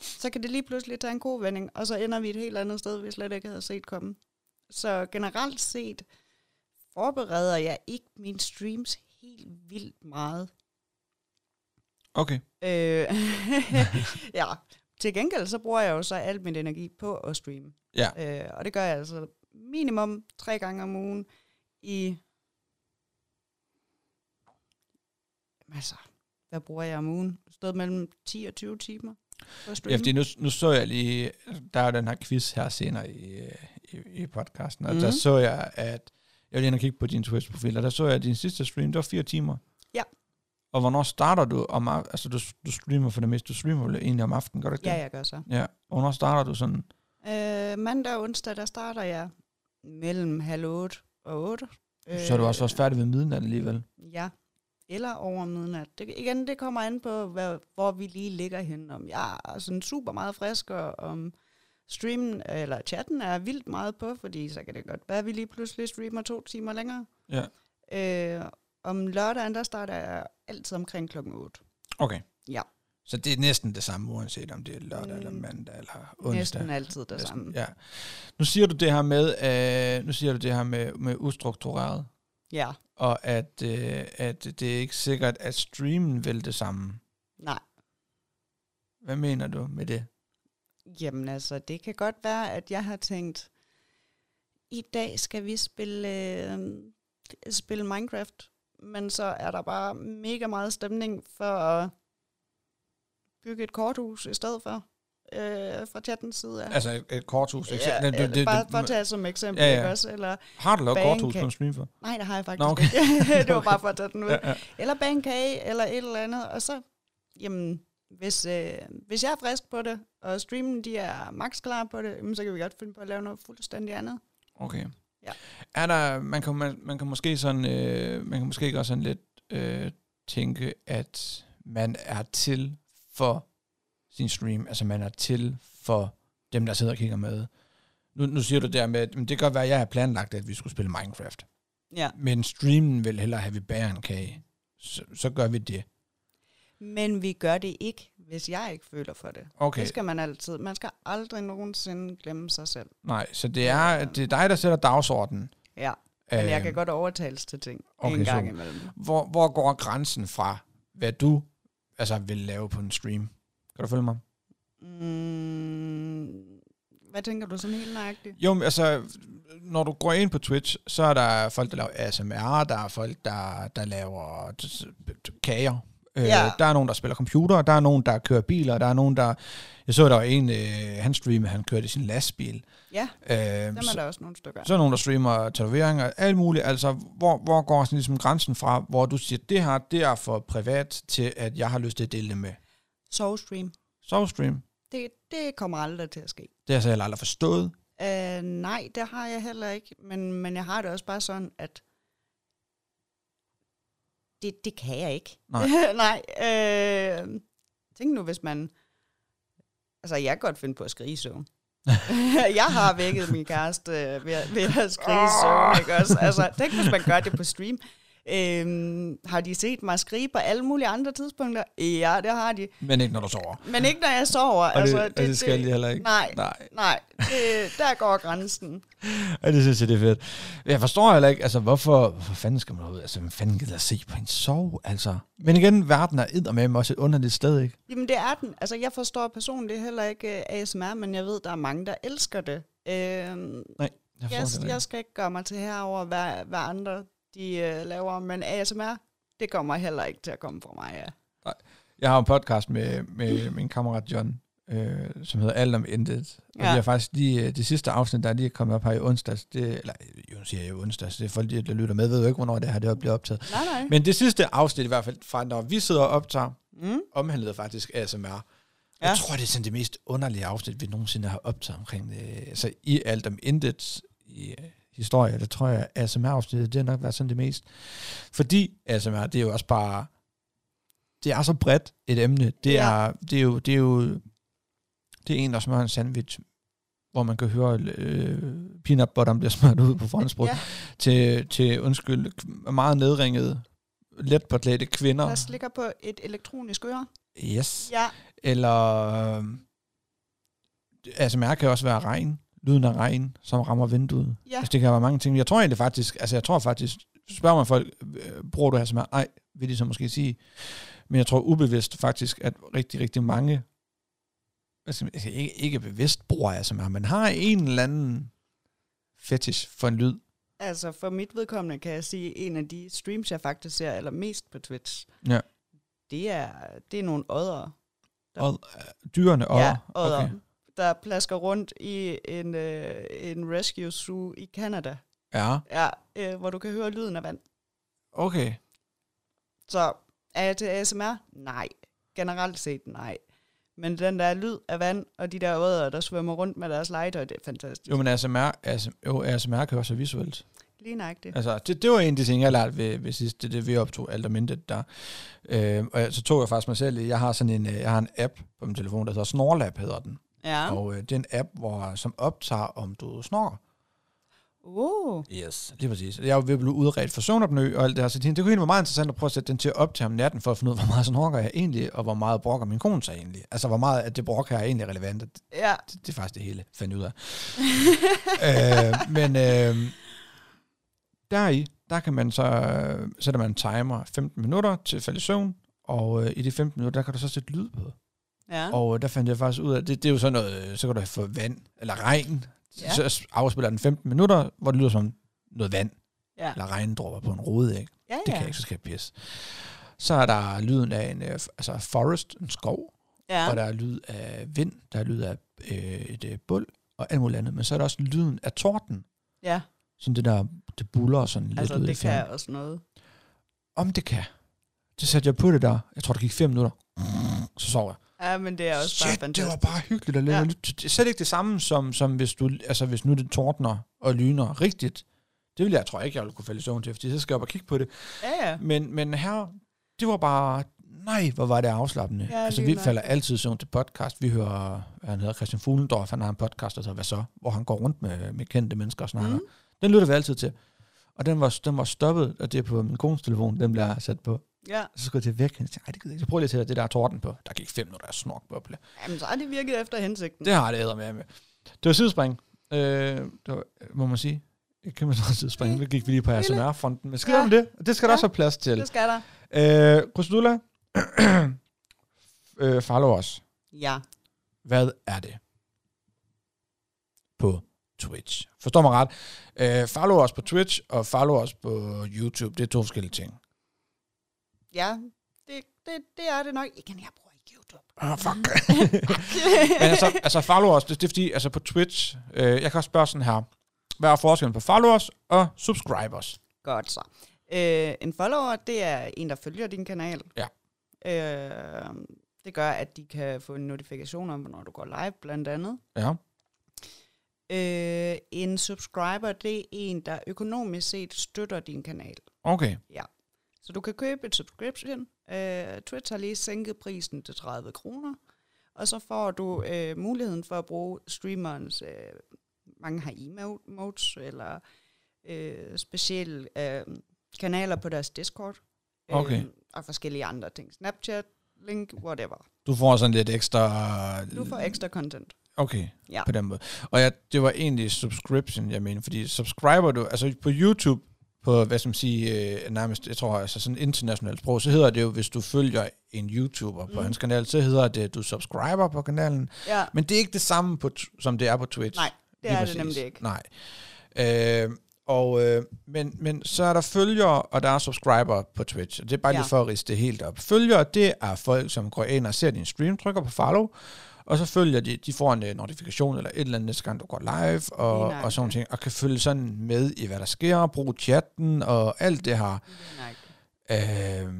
B: så kan det lige pludselig tage en god vending, og så ender vi et helt andet sted, vi slet ikke havde set komme. Så generelt set forbereder jeg ikke mine streams helt vildt meget.
A: Okay.
B: Øh, <laughs> ja, til gengæld så bruger jeg jo så al min energi på at streame.
A: Ja.
B: Øh, og det gør jeg altså minimum tre gange om ugen i... Jamen Altså, hvad bruger jeg om ugen? Stod mellem 10 og 20 timer på at
A: Ja,
B: streame.
A: fordi nu, nu så jeg lige, der er jo den her quiz her senere i, øh, i, i podcasten, og mm. der
B: Mhm.
A: så jeg, at jeg vil ind og kigge på din Twitch-profil, og der så jeg, at din sidste stream, det var fire timer.
B: Ja.
A: Og hvornår starter du om af- Altså, du, du streamer for det meste, du streamer vel egentlig om aftenen, gør du ikke
B: ja,
A: det?
B: jeg gør så.
A: Ja. ja. Og hvornår starter du sådan?
B: Øh, mandag og onsdag, der starter jeg mellem halv otte og otte.
A: Øh. Så er du også også færdig ved midnat alligevel.
B: Ja, eller over midnat. Det, igen, det kommer an på, hvad, hvor vi lige ligger henne. Om jeg er sådan super meget frisk, og om streamen eller chatten er vildt meget på, fordi så kan det godt være, at vi lige pludselig streamer to timer længere.
A: Ja.
B: Øh, om lørdagen, der starter jeg altid omkring klokken 8.
A: Okay.
B: Ja.
A: Så det er næsten det samme, uanset om det er lørdag mm. eller
B: Mm.
A: mandag eller onsdag.
B: Næsten altid det
A: Næsten,
B: samme.
A: Ja. Nu siger du det her med, øh, nu siger du det her med, med ustruktureret.
B: ja.
A: og at, øh, at det er ikke sikkert, at streamen vil det samme.
B: Nej.
A: Hvad mener du med det?
B: Jamen altså, det kan godt være, at jeg har tænkt, i dag skal vi spille, øh, spille Minecraft, men så er der bare mega meget stemning for at bygge et korthus i stedet for, øh, fra chattens side af.
A: Altså et, et korthus?
B: Ja,
A: eksempel- Nej,
B: ja,
A: du, det,
B: bare
A: du,
B: for at tage som eksempel,
A: Ja, ja.
B: ikke også? Eller,
A: har du lavet
B: Bang
A: korthus på
B: kan- Mm.
A: en stream for?
B: nej, det har jeg faktisk
A: Nå,
B: Nå,
A: okay.
B: okay. ikke. <laughs> det var
A: Okay.
B: bare for at tage
A: <laughs>
B: den ud.
A: Ja, ja.
B: Eller bankage, eller et eller andet. Og så, jamen, hvis, øh, hvis jeg er frisk på det, og streamen de er max klar på det, jamen, så kan vi godt finde på at lave noget fuldstændig andet.
A: Okay.
B: Ja.
A: Er der, man, kan, man, man kan måske sådan, øh, man kan måske gøre sådan lidt øh, tænke, at man er til for sin stream, altså man er til for dem, der sidder og kigger med. Nu, nu siger du der med, at "Men det kan godt være, at jeg har planlagt, at vi skulle spille Minecraft.
B: Ja.
A: Men streamen vil hellere have, at vi bærer en kage. Så, så gør vi det.
B: Men vi gør det ikke, hvis jeg ikke føler for det. Okay.
A: Okay,
B: Det skal man altid. Man skal aldrig nogensinde glemme sig selv.
A: nej, så det er, det er dig, der sætter dagsordenen.
B: Ja, men jeg
A: Øhm,
B: kan godt overtales til ting
A: okay,
B: okay, en gang
A: så-
B: imellem.
A: Hvor, hvor går grænsen fra, hvad du altså, vil lave på en stream? Kan du følge mig?
B: Mm, hvad tænker du sådan helt nøjagtigt?
A: Jo, men altså, når du går ind på Twitch, så er der folk, der laver ASMR, der er folk, der, der laver t- t- t- kager. Ja.
B: Ja.
A: Øh, der er nogen, der spiller computer, der er nogen, der kører biler, der er nogen, der... Jeg så, der var en, øh, han streamede, han kørte i sin lastbil.
B: Ja,
A: Øh,
B: dem er der også nogle stykker.
A: Så er der nogen, der streamer tatoveringer, alt muligt. Altså, hvor, hvor går sådan ligesom grænsen fra, hvor du siger, det her, det er for privat, til at jeg har lyst til at dele det med
B: Soulstream.
A: Sovstream?
B: Det, det kommer aldrig til at ske.
A: Det har jeg så heller aldrig forstået.
B: Øh, nej, det har jeg heller ikke, men, men jeg har det også bare sådan, at det, det kan jeg ikke.
A: Nej.
B: <laughs> nej øh, tænk nu, hvis man... Altså, jeg kan godt finde på at skrige i søvn. <laughs> jeg har vækket min kæreste øh, ved, at- ved at skrige i søvn, ikke også? Altså, tænk, hvis man gør det på stream. Øhm, har de set mig skrige på alle mulige andre tidspunkter? Ja, det har de.
A: Men ikke, når du sover.
B: Men ikke, når jeg sover.
A: Og det, altså, det, og det skal jeg heller ikke.
B: Nej,
A: Nej,
B: Nej, det, der går grænsen.
A: og det synes jeg, det er fedt. Jeg forstår heller ikke, altså hvorfor, hvorfor fanden skal man ud? Altså, hvem fanden gider at se på en sove, altså? Men igen, verden er eddermame også et underligt sted, ikke?
B: Jamen det er den. Altså jeg forstår personligt heller ikke uh, ASMR, men jeg ved, der er mange, der elsker det. Uh,
A: Jeg
B: jeg,
A: forstår det
B: jeg
A: ikke.
B: skal ikke gøre mig til herover, hvad, hvad andre de uh, laver, men ASMR, det kommer heller ikke til at komme fra mig. Ja.
A: Jeg har en podcast med, med min kammerat John, øh, som hedder Alt om Intet. Og ja.
B: Ja.
A: vi har faktisk lige, øh, det sidste afsnit, der er lige kommet op her i onsdags, det, eller jo, nu siger jeg jo onsdags, det er folk, der lytter med, ved jo ikke, hvornår det her det bliver optaget.
B: Nej, nej.
A: Men det sidste afsnit i hvert fald, fra når vi sidder og optager,
B: Mm.
A: omhandlede faktisk ASMR. Ja.
B: Ja.
A: Jeg tror, det er sådan det mest underlige afsnit, vi nogensinde har optaget omkring det. Altså i alt om intet i øh, historie, der tror jeg, ASMR-afsnittet, det har nok været sådan det mest. Fordi ASMR, det er jo også bare, det er så bredt et emne. Det,
B: Ja.
A: er, det, er, jo, det er jo, det er en, der smører en sandwich, hvor man kan høre øh, peanut butteren bliver smørt ud på franskbrød, ja.
B: Ja,
A: til, til, undskyld, k- meget nedringede, let påklædte kvinder.
B: der slikker på et elektronisk øre.
A: Yes.
B: Ja,
A: Eller øh, ASMR kan også være regn. Lyden af regn, som rammer vinduet. Ja.
B: ja.
A: Altså, det kan være mange ting. Jeg tror egentlig faktisk, altså jeg tror faktisk, spørger man folk, øh, bruger du ASMR? Ej, vil de så måske sige. Men jeg tror ubevidst faktisk, at rigtig, rigtig mange, altså altså, ikke, ikke bevidst bruger ASMR, men har en eller anden fetish for en lyd.
B: Altså for mit vedkommende kan jeg sige, en af de streams, jeg faktisk ser allermest på Twitch,
A: Ja.
B: det er, det er nogle oddere.
A: Og øh, dyrene og...
B: ja, odder, okay. der plasker rundt i en, øh, en rescue zoo i Canada,
A: Ja,
B: ja, øh, hvor du kan høre lyden af vand.
A: okay.
B: Så er jeg til ASMR? Nej. Generelt set nej. Men den der lyd af vand, og de der ådder, der svømmer rundt med deres legetøj, det er fantastisk.
A: Jo, men ASMR, ASMR, jo, ASMR kan også være visuelt.
B: Lige nøjagtigt.
A: Altså, det, det var en af de ting, jeg lærte ved, ved sidst, det, er det vi optog alt om intet der. Øh, og jeg- så tog jeg faktisk mig selv i, jeg har sådan en, øh, jeg har en app på min telefon, der hedder Snorlab, hedder den.
B: Ja.
A: Ja.
B: Åh.
A: Og øh, det er en app, hvor, som optager, om du snorer.
B: Oh.
A: Yes. Lige præcis. Jeg er jo ved at blive udredt for søvnopnø og alt det her, så tænkte jeg, det kunne egentlig være meget interessant at prøve at sætte den til at optage om natten, for at finde ud af, hvor meget snorker jeg egentlig, og hvor meget brokker min kone sig egentlig. Altså, hvor meget at det brok her er egentlig relevant. Det,
B: Ja.
A: det, det er faktisk det hele, fandt jeg ud af. <laughs> øh, men øh, deri, der kan man så, øh, sætter man en timer 15 minutter til at falde i søvn, og øh, i de 15 minutter, der kan du så sætte lyd på.
B: Ja.
A: Og øh, der fandt jeg faktisk ud af, det, det er jo sådan noget, øh, så kan du få vand eller regn.
B: Ja.
A: Ja. Så afspiller den 15 minutter, hvor det lyder som noget vand
B: Ja.
A: eller regndråber på en rode, ikke?
B: Ja,
A: Det kan
B: ja.
A: jeg ikke, så skal jeg pisse. Så er der lyden af en øh, f- altså forest, en skov,
B: Ja.
A: ja. og der er lyd af vind, der er lyd af øh, et øh, bul og alt muligt andet. Men så er der også lyden af torden,
B: ja.
A: sådan det der, det buller sådan lidt
B: Altså,
A: ud. i
B: det
A: fjernen.
B: kan også noget.
A: Om det kan. Det satte jeg på det der. Jeg tror, der gik fem minutter. Så sov jeg.
B: Ja, men det er også bare
A: Shit, det
B: fantastisk.
A: var bare hyggeligt at lave.
B: Ja.
A: Ja. Det er slet ikke det samme, som, som hvis, du, altså, hvis nu det tordner og lyner rigtigt. Det ville jeg, tror jeg ikke, jeg ville kunne falde i søvn til, fordi så skal jeg op og kigge på det.
B: Ja, ja.
A: Men, men her, det var bare, nej, hvor var det afslappende.
B: Ja,
A: Ja, altså,
B: lige
A: vi
B: nok.
A: falder altid i søvn til podcast. Vi hører, hvad han hedder, Christian Fuglendorf, han har en podcast, der hedder Hvad så? Hvor han går rundt med, med kendte mennesker og snakker.
B: Mm.
A: Mm. Den lytter vi altid til. Og den var, den var stoppet, og det er på min kones telefon, den bliver sat på.
B: ja.
A: Så skulle jeg til at vække hende, og tænkte, "Ej, det gider jeg ikke. Så prøv lige at sætte det der torden på. Der gik fem minutter af snorkboble.
B: Jamen, så har det virket efter hensigten.
A: Det har det æder med med. Det var sidespring. Øh, det var, må man sige. Et kæmpe stort sidespring. Nu gik vi lige på
B: Mm. Lille.
A: ASMR-fronten. Men skidt
B: Ja.
A: om det. Det skal der
B: Ja.
A: også have plads til.
B: Det skal der.
A: Øh, Krusdula, <clears throat> øh, follow os.
B: Ja.
A: Hvad er det? På Twitch. Forstår mig ret. Øh, follow os på Twitch, og follow os på YouTube. Det er to forskellige ting.
B: Ja. Det, det, det er det nok. Igen, jeg bruger ikke YouTube.
A: Åh, oh, fuck. Men altså, altså follow os, det, det er fordi, altså på Twitch, øh, jeg kan også spørge sådan her, hvad er forskellen på follow os og subscribe os?
B: Godt så. Øh, en follower, det er en, der følger din kanal.
A: Ja.
B: Øh, det gør, at de kan få en notifikation om, når du går live, blandt andet.
A: Ja.
B: Øh, en subscriber, det er en, der økonomisk set støtter din kanal.
A: Okay.
B: Så du kan købe et subscription. Øh, Twitch har lige sænket prisen til 30 kroner. Og så får du øh, muligheden for at bruge streamerens, øh, mange har emotes, eller øh, specielle øh, kanaler på deres Discord. Øh,
A: Okay.
B: og forskellige andre ting. Snapchat, link, whatever.
A: Du får sådan lidt ekstra...
B: Du får ekstra content.
A: Okay,
B: Ja.
A: ja. på den måde. Og jeg, det var egentlig subscription, jeg mener, fordi subscriber du, altså på YouTube, på, hvad skal man sige, øh, nærmest, jeg tror, altså sådan internationalt sprog, så hedder det jo, hvis du følger en YouTuber på
B: Mm.
A: hans kanal, så hedder det, at du subscriber på kanalen.
B: Ja,
A: Men det er ikke det samme, på, t- som det er på Twitch.
B: Nej, det
A: Lige
B: er
A: præcis.
B: det nemlig ikke.
A: Nej. Øh, og, øh, men, men så er der følgere, og der er subscriber på Twitch. Og Det er bare ja.
B: Ja.
A: lige for at riste det helt op. Følgere, det er folk, som går ind og ser din stream, trykker på follow, og så følger de, de får en øh, notifikation eller et eller andet næste gang, du går live og,
B: Lige
A: og sådan
B: nøjagtigt.
A: ting, og kan følge sådan med i, hvad der sker, bruge chatten og alt det her. Øhm,
B: Nej.
A: Øh,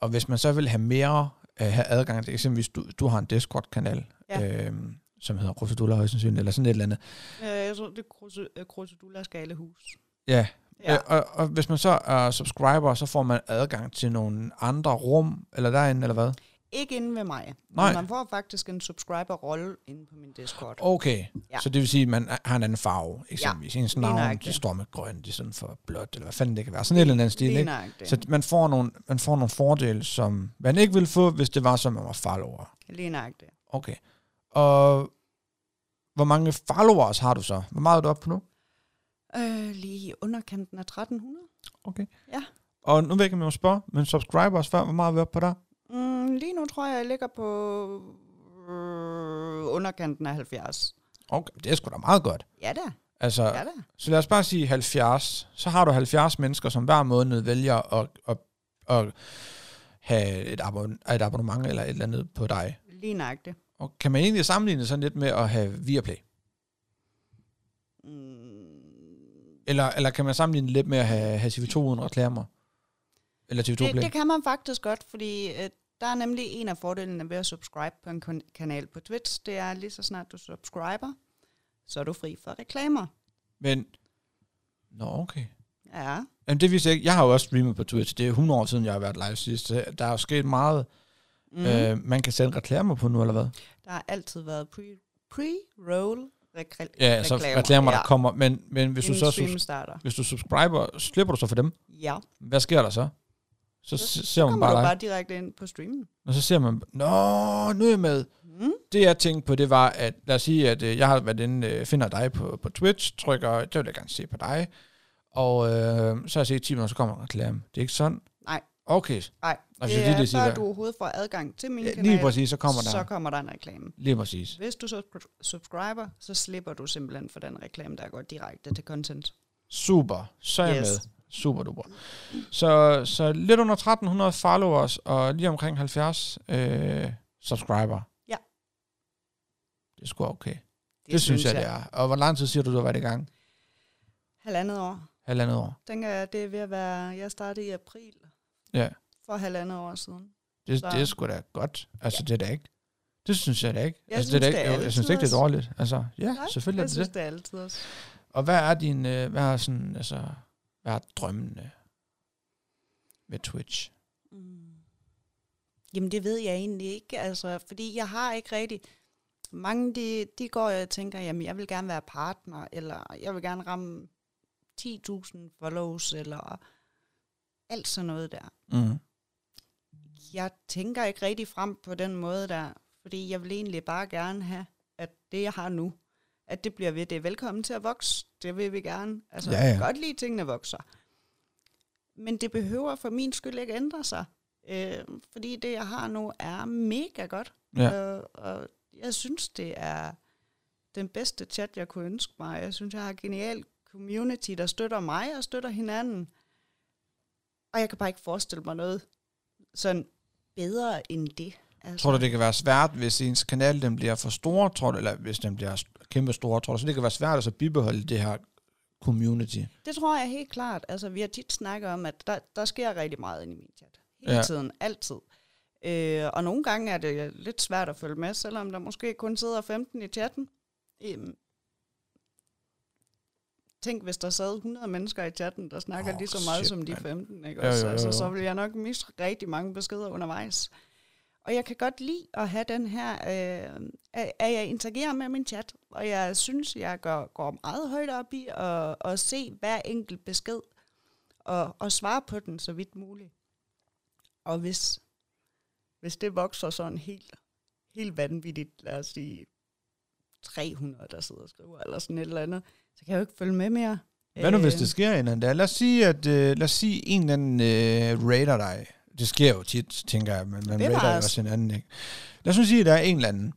A: og hvis man så vil have mere øh, have adgang til, eksempelvis du, du har en Discord-kanal, ja. øh, som hedder Rosadullah højst sandsynligt, eller sådan et eller andet.
B: Øh, jeg tror, det er Kruse- øh, Krusedula Skalehus.
A: Ja,
B: Ja.
A: Øh, og, og hvis man så er subscriber, så får man adgang til nogle andre rum, eller derinde, eller hvad?
B: Ikke inde ved mig.
A: Nej.
B: Men Man får faktisk en subscriber-rolle inde på min Discord.
A: Okay, ja.
B: Ja.
A: så det vil sige, at man har en anden farve, eksempelvis. Ja. Ens
B: lige
A: navn,
B: nøjagtigt.
A: de står med grønt, i stedet for blåt, eller hvad fanden det kan være. Sådan et eller andet stil,
B: Lige
A: ikke?
B: nøjagtigt.
A: Så man får, nogle, man får nogle fordele, som man ikke ville få, hvis det var, som man var follower.
B: Lige nøjagtigt.
A: Okay. Og hvor mange followers har du så? Hvor meget er du oppe på nu?
B: Øh, lige i underkanten af 1300.
A: Okay.
B: Ja.
A: Og nu ved jeg ikke, om jeg må spørge, men subscribers før, hvor meget er vi oppe på der?
B: Mm, lige nu tror jeg, jeg ligger på øh, underkanten af 70.
A: Okay, det er sgu da meget godt.
B: Ja da,
A: Altså,
B: ja da.
A: Så lad os bare sige 70. Så har du 70 mennesker, som hver måned vælger at, at, at have et, abon, et abonnement eller et eller andet på dig.
B: Lige nøjagtigt.
A: Og kan man egentlig sammenligne sådan lidt med at have Viaplay?
B: Mm,
A: Eller, eller kan man sammenligne lidt med at have, have TV2 uden reklamer? Eller TV2 Play?
B: det, det kan man faktisk godt, fordi øh, der er nemlig en af fordelene ved at subscribe på en kon- kanal på Twitch. Det er lige så snart du subscriber, så er du fri for reklamer.
A: Men, nå okay.
B: Ja,
A: Jamen det vidste jeg ikke. Jeg har jo også streamet på Twitch. Det er 100 år siden, jeg har været live sidst. Så Der er jo sket meget.
B: mm.
A: Mm. Øh, man kan sende reklamer på nu, eller hvad?
B: der har altid været pre- pre-roll rekla-
A: Ja, altså reklamer, reklamer der kommer. Men, men hvis, du
B: Inden
A: så,
B: streamen
A: sus-
B: starter.
A: hvis du subscriber, slipper du så for dem?
B: Ja,
A: Hvad sker der så? Så
B: Så
A: s- ser man
B: kommer
A: bare
B: du
A: dig,
B: bare direkte ind på streamen.
A: og så ser man, nå, nu er jeg med.
B: Mm.
A: Det jeg tænkte på, det var, at lad os sige, at øh, jeg har været inde, øh, finder dig på, på Twitch, trykker, det vil jeg gerne se på dig, og øh, så har jeg set 10 minutter, så kommer en reklame. Det er ikke sådan?
B: Nej.
A: Okay,
B: Nej,
A: Og
B: det
A: hvis
B: er,
A: lige siger,
B: før
A: hvad-
B: du overhovedet får adgang til min
A: ja,
B: kanal,
A: lige præcis, så kommer der.
B: så kommer der en reklame.
A: Lige præcis.
B: Hvis du så subscri- subscriber, så slipper du simpelthen for den reklame, der går direkte til content.
A: Super, så er jeg
B: Yes.
A: med. Super duper. Så, så lidt under 1300 followers, og lige omkring 70 øh, subscriber.
B: Ja.
A: Det er sgu okay. Det, det synes, jeg, det er. Og hvor lang tid siger du, du har været i gang?
B: Halvandet år.
A: halvandet år.
B: Tænker jeg, det er ved at være... Jeg startede i april
A: Ja.
B: for halvandet år siden.
A: Det,
B: Så-
A: det er sgu da godt. Altså, ja. det er da ikke. Det synes jeg da ikke.
B: Jeg
A: altså,
B: synes,
A: det er da
B: det
A: ikke,
B: er
A: jeg, jeg synes ikke, det er
B: altid
A: dårligt. Altså, ja, Nej, selvfølgelig er
B: jeg
A: det
B: synes,
A: det.
B: det er altid også.
A: Og hvad er din, øh, hvad er sådan, altså, hvad er drømmene med Twitch?
B: Mm. Jamen, det ved jeg egentlig ikke, altså, fordi jeg har ikke rigtig... Mange, de, de går og tænker, jamen, jeg vil gerne være partner, eller jeg vil gerne ramme 10.000 follows, eller alt sådan noget der.
A: Mm.
B: Jeg tænker ikke rigtig frem på den måde der, fordi jeg vil egentlig bare gerne have, at det, jeg har nu, at det bliver ved, det er velkommen til at vokse, det vil vi gerne. Altså,
A: Ja,
B: ja,
A: ja.
B: ja. jeg kan godt lide, at tingene vokser. Men det behøver for min skyld ikke ændre sig, øh, fordi det, jeg har nu, er mega godt.
A: Ja.
B: Øh, og jeg synes, det er den bedste chat, jeg kunne ønske mig. Jeg synes, jeg har et genialt community, der støtter mig og støtter hinanden. Og jeg kan bare ikke forestille mig noget sådan bedre end det. Altså,
A: Tror du, det kan være svært, hvis ens kanal den bliver for stor, tror du, eller hvis den bliver kæmpe stor, tror du, så det kan være svært at så bibeholde det her community?
B: Det tror jeg helt klart. Altså, vi har tit snakket om, at der, der sker rigtig meget inde i min chat. Hele
A: Ja.
B: ja. tiden, altid. Øh, og nogle gange er det lidt svært at følge med, selvom der måske kun sidder 15 i chatten. Øhm. Tænk, hvis der sad 100 mennesker i chatten, der snakker
A: Åh,
B: oh, lige så meget
A: shit,
B: shit, som de
A: mand.
B: 15. Ikke?
A: Jo,
B: Også?
A: jo, jo,
B: Altså, så
A: jo.
B: ville jeg nok miste rigtig mange beskeder undervejs. Og jeg kan godt lide at have den her, øh, at at jeg interagerer med min chat, og jeg synes, jeg gør, går meget højt op i at, at se hver enkelt besked, og, og svare på den så vidt muligt. Og hvis, hvis det vokser sådan helt, helt vanvittigt, lad os sige 300, der sidder og skriver, eller sådan et eller andet, så kan jeg jo ikke følge med mere.
A: Hvad nu, hvis
B: Øh,
A: det sker en eller anden dag? Lad os sige, at øh, lad os sige, en eller anden øh, raider dig. Det sker jo tit, tænker jeg, men man
B: Bevares.
A: raider jo også hinanden, ikke? Lad os nu sige, at der er en eller anden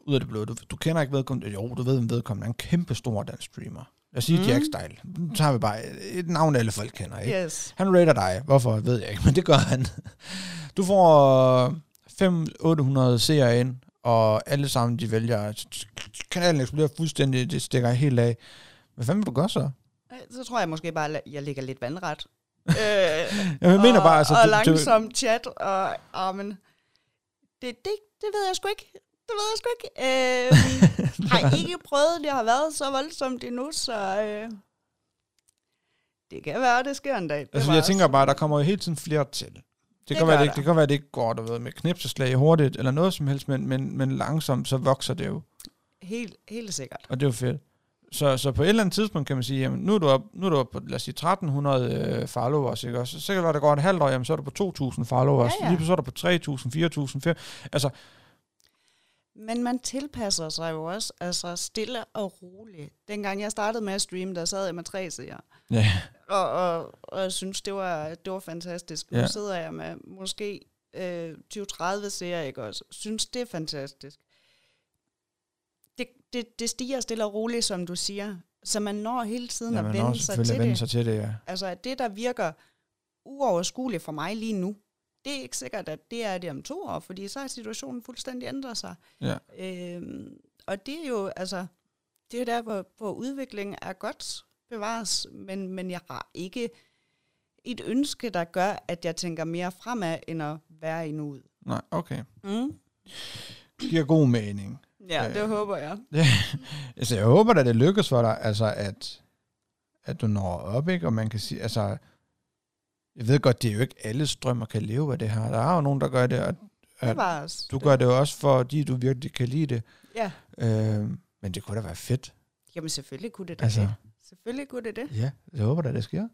A: ud af det blå. Du, du kender ikke vedkommende. Jo, du ved, hvem vedkommende er en kæmpe stor dansk streamer. Lad os sige mm.
B: Mm.
A: Jack Style. Nu tager vi bare et et navn, alle folk kender, ikke?
B: Yes.
A: Han raider dig. Hvorfor, ved jeg ikke, <laughs> men det gør han. Du øh, får 500-800 seere ind, og alle sammen de vælger. Kanalen eksploderer fuldstændig, det stikker helt af. Hvad fanden vil du gøre så?
B: Øh, Så tror jeg måske bare, at jeg ligger lidt
A: <laughs>
B: vandret. øh,
A: Jamen, jeg mener bare, altså,
B: og
A: du, du,
B: langsom chat, og armen. Det, det, det ved jeg sgu ikke. Det ved jeg sgu ikke. Øh, har
A: <laughs>
B: ikke prøvet, det har været så voldsomt endnu, så øh, det kan være, det sker en dag. Det
A: Altså,
B: var
A: jeg
B: også-
A: tænker bare, der kommer jo hele tiden flere til. Det, det,
B: Det
A: kan være,
B: gør
A: det, ikke,
B: der.
A: det kan være, det ikke går du ved, med knipseslag hurtigt eller noget som helst, men, men, men langsomt, så vokser det jo,
B: Helt, helt sikkert.
A: og det er jo fedt. Så, så på et eller andet tidspunkt kan man sige, jamen, nu er du op, nu er du op på, lad os sige, 1300 øh, followers, ikke? Og så, så kan det være, der går et halvt år, jamen, så er du på 2000 followers,
B: Ja,
A: ja,
B: ja.
A: ja. lige så er du på 3000, 4000, 5000. Altså,
B: Men man tilpasser sig jo også, altså stille og roligt. Dengang jeg startede med at streame, der sad jeg med tre seere.
A: ja,
B: og, og, og jeg synes, det var, det var fantastisk. Nu
A: Ja.
B: sidder jeg med måske øh, 20-30 serier, ikke også? Synes, det er fantastisk. Det, det, det stiger stille og roligt, som du siger. Så man når hele tiden
A: ja
B: at
A: man
B: vende
A: også
B: sig til
A: selvfølgelig
B: det.
A: vende sig til det, ja.
B: Altså, at det, der virker uoverskueligt for mig lige nu, det er ikke sikkert, at det er det om to år, fordi så har situationen fuldstændig ændret sig.
A: Ja.
B: Øhm, og det er jo, altså, det er der, hvor, hvor udviklingen er godt bevares, men, men jeg har ikke et ønske, der gør, at jeg tænker mere fremad, end at være i nuet.
A: Nej, okay.
B: Mm?
A: Giver god mening.
B: Ja,
A: Øh.
B: det håber jeg.
A: Altså, jeg håber da, det lykkes for dig, altså, at, at du når op, ikke? Og man kan sige, altså, jeg ved godt, det er jo ikke alle strømmer kan leve af det her. Der er jo nogen, der gør det, og Ja,
B: Det var os.
A: du gør det jo også, fordi du virkelig kan lide det.
B: Ja,
A: Øh, men det kunne da være fedt.
B: jamen selvfølgelig kunne det da
A: Altså,
B: det. Selvfølgelig kunne det det.
A: ja, jeg håber da, det sker.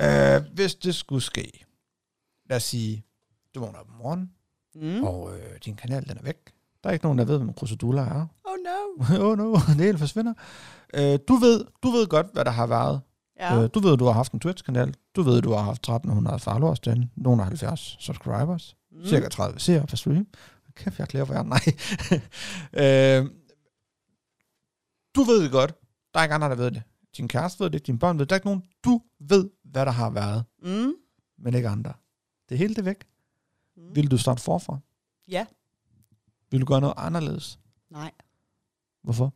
A: Øh, hvis det skulle ske, lad os sige, du vågner op om morgenen,
B: Mm.
A: mm.
B: Oh.
A: og øh, din kanal, den er væk. Der er ikke nogen, der ved, hvem Krusedulla er. <laughs>
B: oh no.
A: oh no, det hele forsvinder. Øh, du, ved, du ved godt, hvad der har været.
B: Ja.
A: Ja. Øh, du ved, du har haft en Twitch-kanal. Du ved, du har haft 1300 followers derinde. Nogle af 70 subscribers. Mm. Cirka 30 seere per stream. Kæft, jeg er klæder for jer. Nej. <laughs> øh, du ved det godt. Der er ikke andre, der ved det. Din kæreste ved det. Dine børn ved det. Der er ikke nogen. Du ved, hvad der har været.
B: Mm.
A: Men ikke andre. Det hele det er væk.
B: Mm.
A: Vil du starte forfra?
B: Ja.
A: Vil du gøre noget anderledes?
B: Nej.
A: Hvorfor?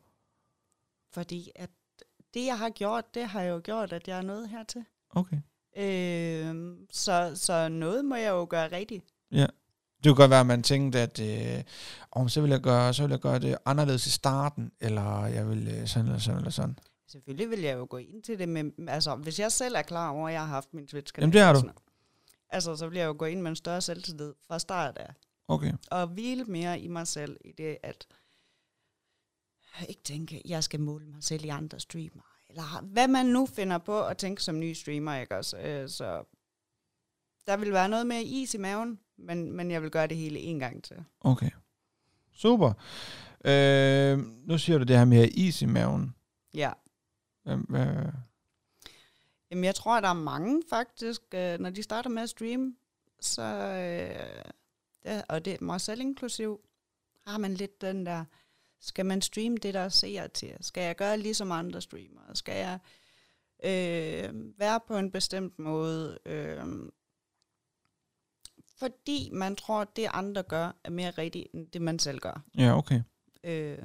B: Fordi at det, jeg har gjort, det har jo gjort, at jeg er nået hertil.
A: Okay.
B: Øh, så, så noget må jeg jo gøre rigtigt.
A: Det kunne godt være, at man tænkte, at øh, om, så, vil jeg gøre, så vil jeg gøre det anderledes i starten, eller jeg vil øh, sådan eller sådan eller sådan.
B: Selvfølgelig vil jeg jo gå ind til det, men altså, hvis jeg selv er klar over, at jeg har haft min Twitch-kanal.
A: Jamen, det har
B: og
A: du.
B: sådan noget, Altså, så vil jeg jo gå ind med en større selvtillid fra start af.
A: Okay.
B: Og hvile mere i mig selv, i det at ikke tænke, at jeg skal måle mig selv i andre streamere. Eller hvad man nu finder på at tænke som ny streamer, ikke også? Øh, så der vil være noget mere is i maven, men, men jeg vil gøre det hele en gang til.
A: Okay. Super. Øh, nu siger du det her med is i maven.
B: Ja.
A: Hvem, hvad,
B: Jamen, jeg tror, at der er mange faktisk, øh, når de starter med at streame, så, øh, ja, og det er mig selv inklusiv, har man lidt den der, skal man streame det, der ser til? Skal jeg gøre ligesom andre streamere? Skal jeg øh, være på en bestemt måde? Øh, fordi man tror, at det andre gør, er mere rigtigt, end det man selv gør.
A: ja, okay.
B: Øh,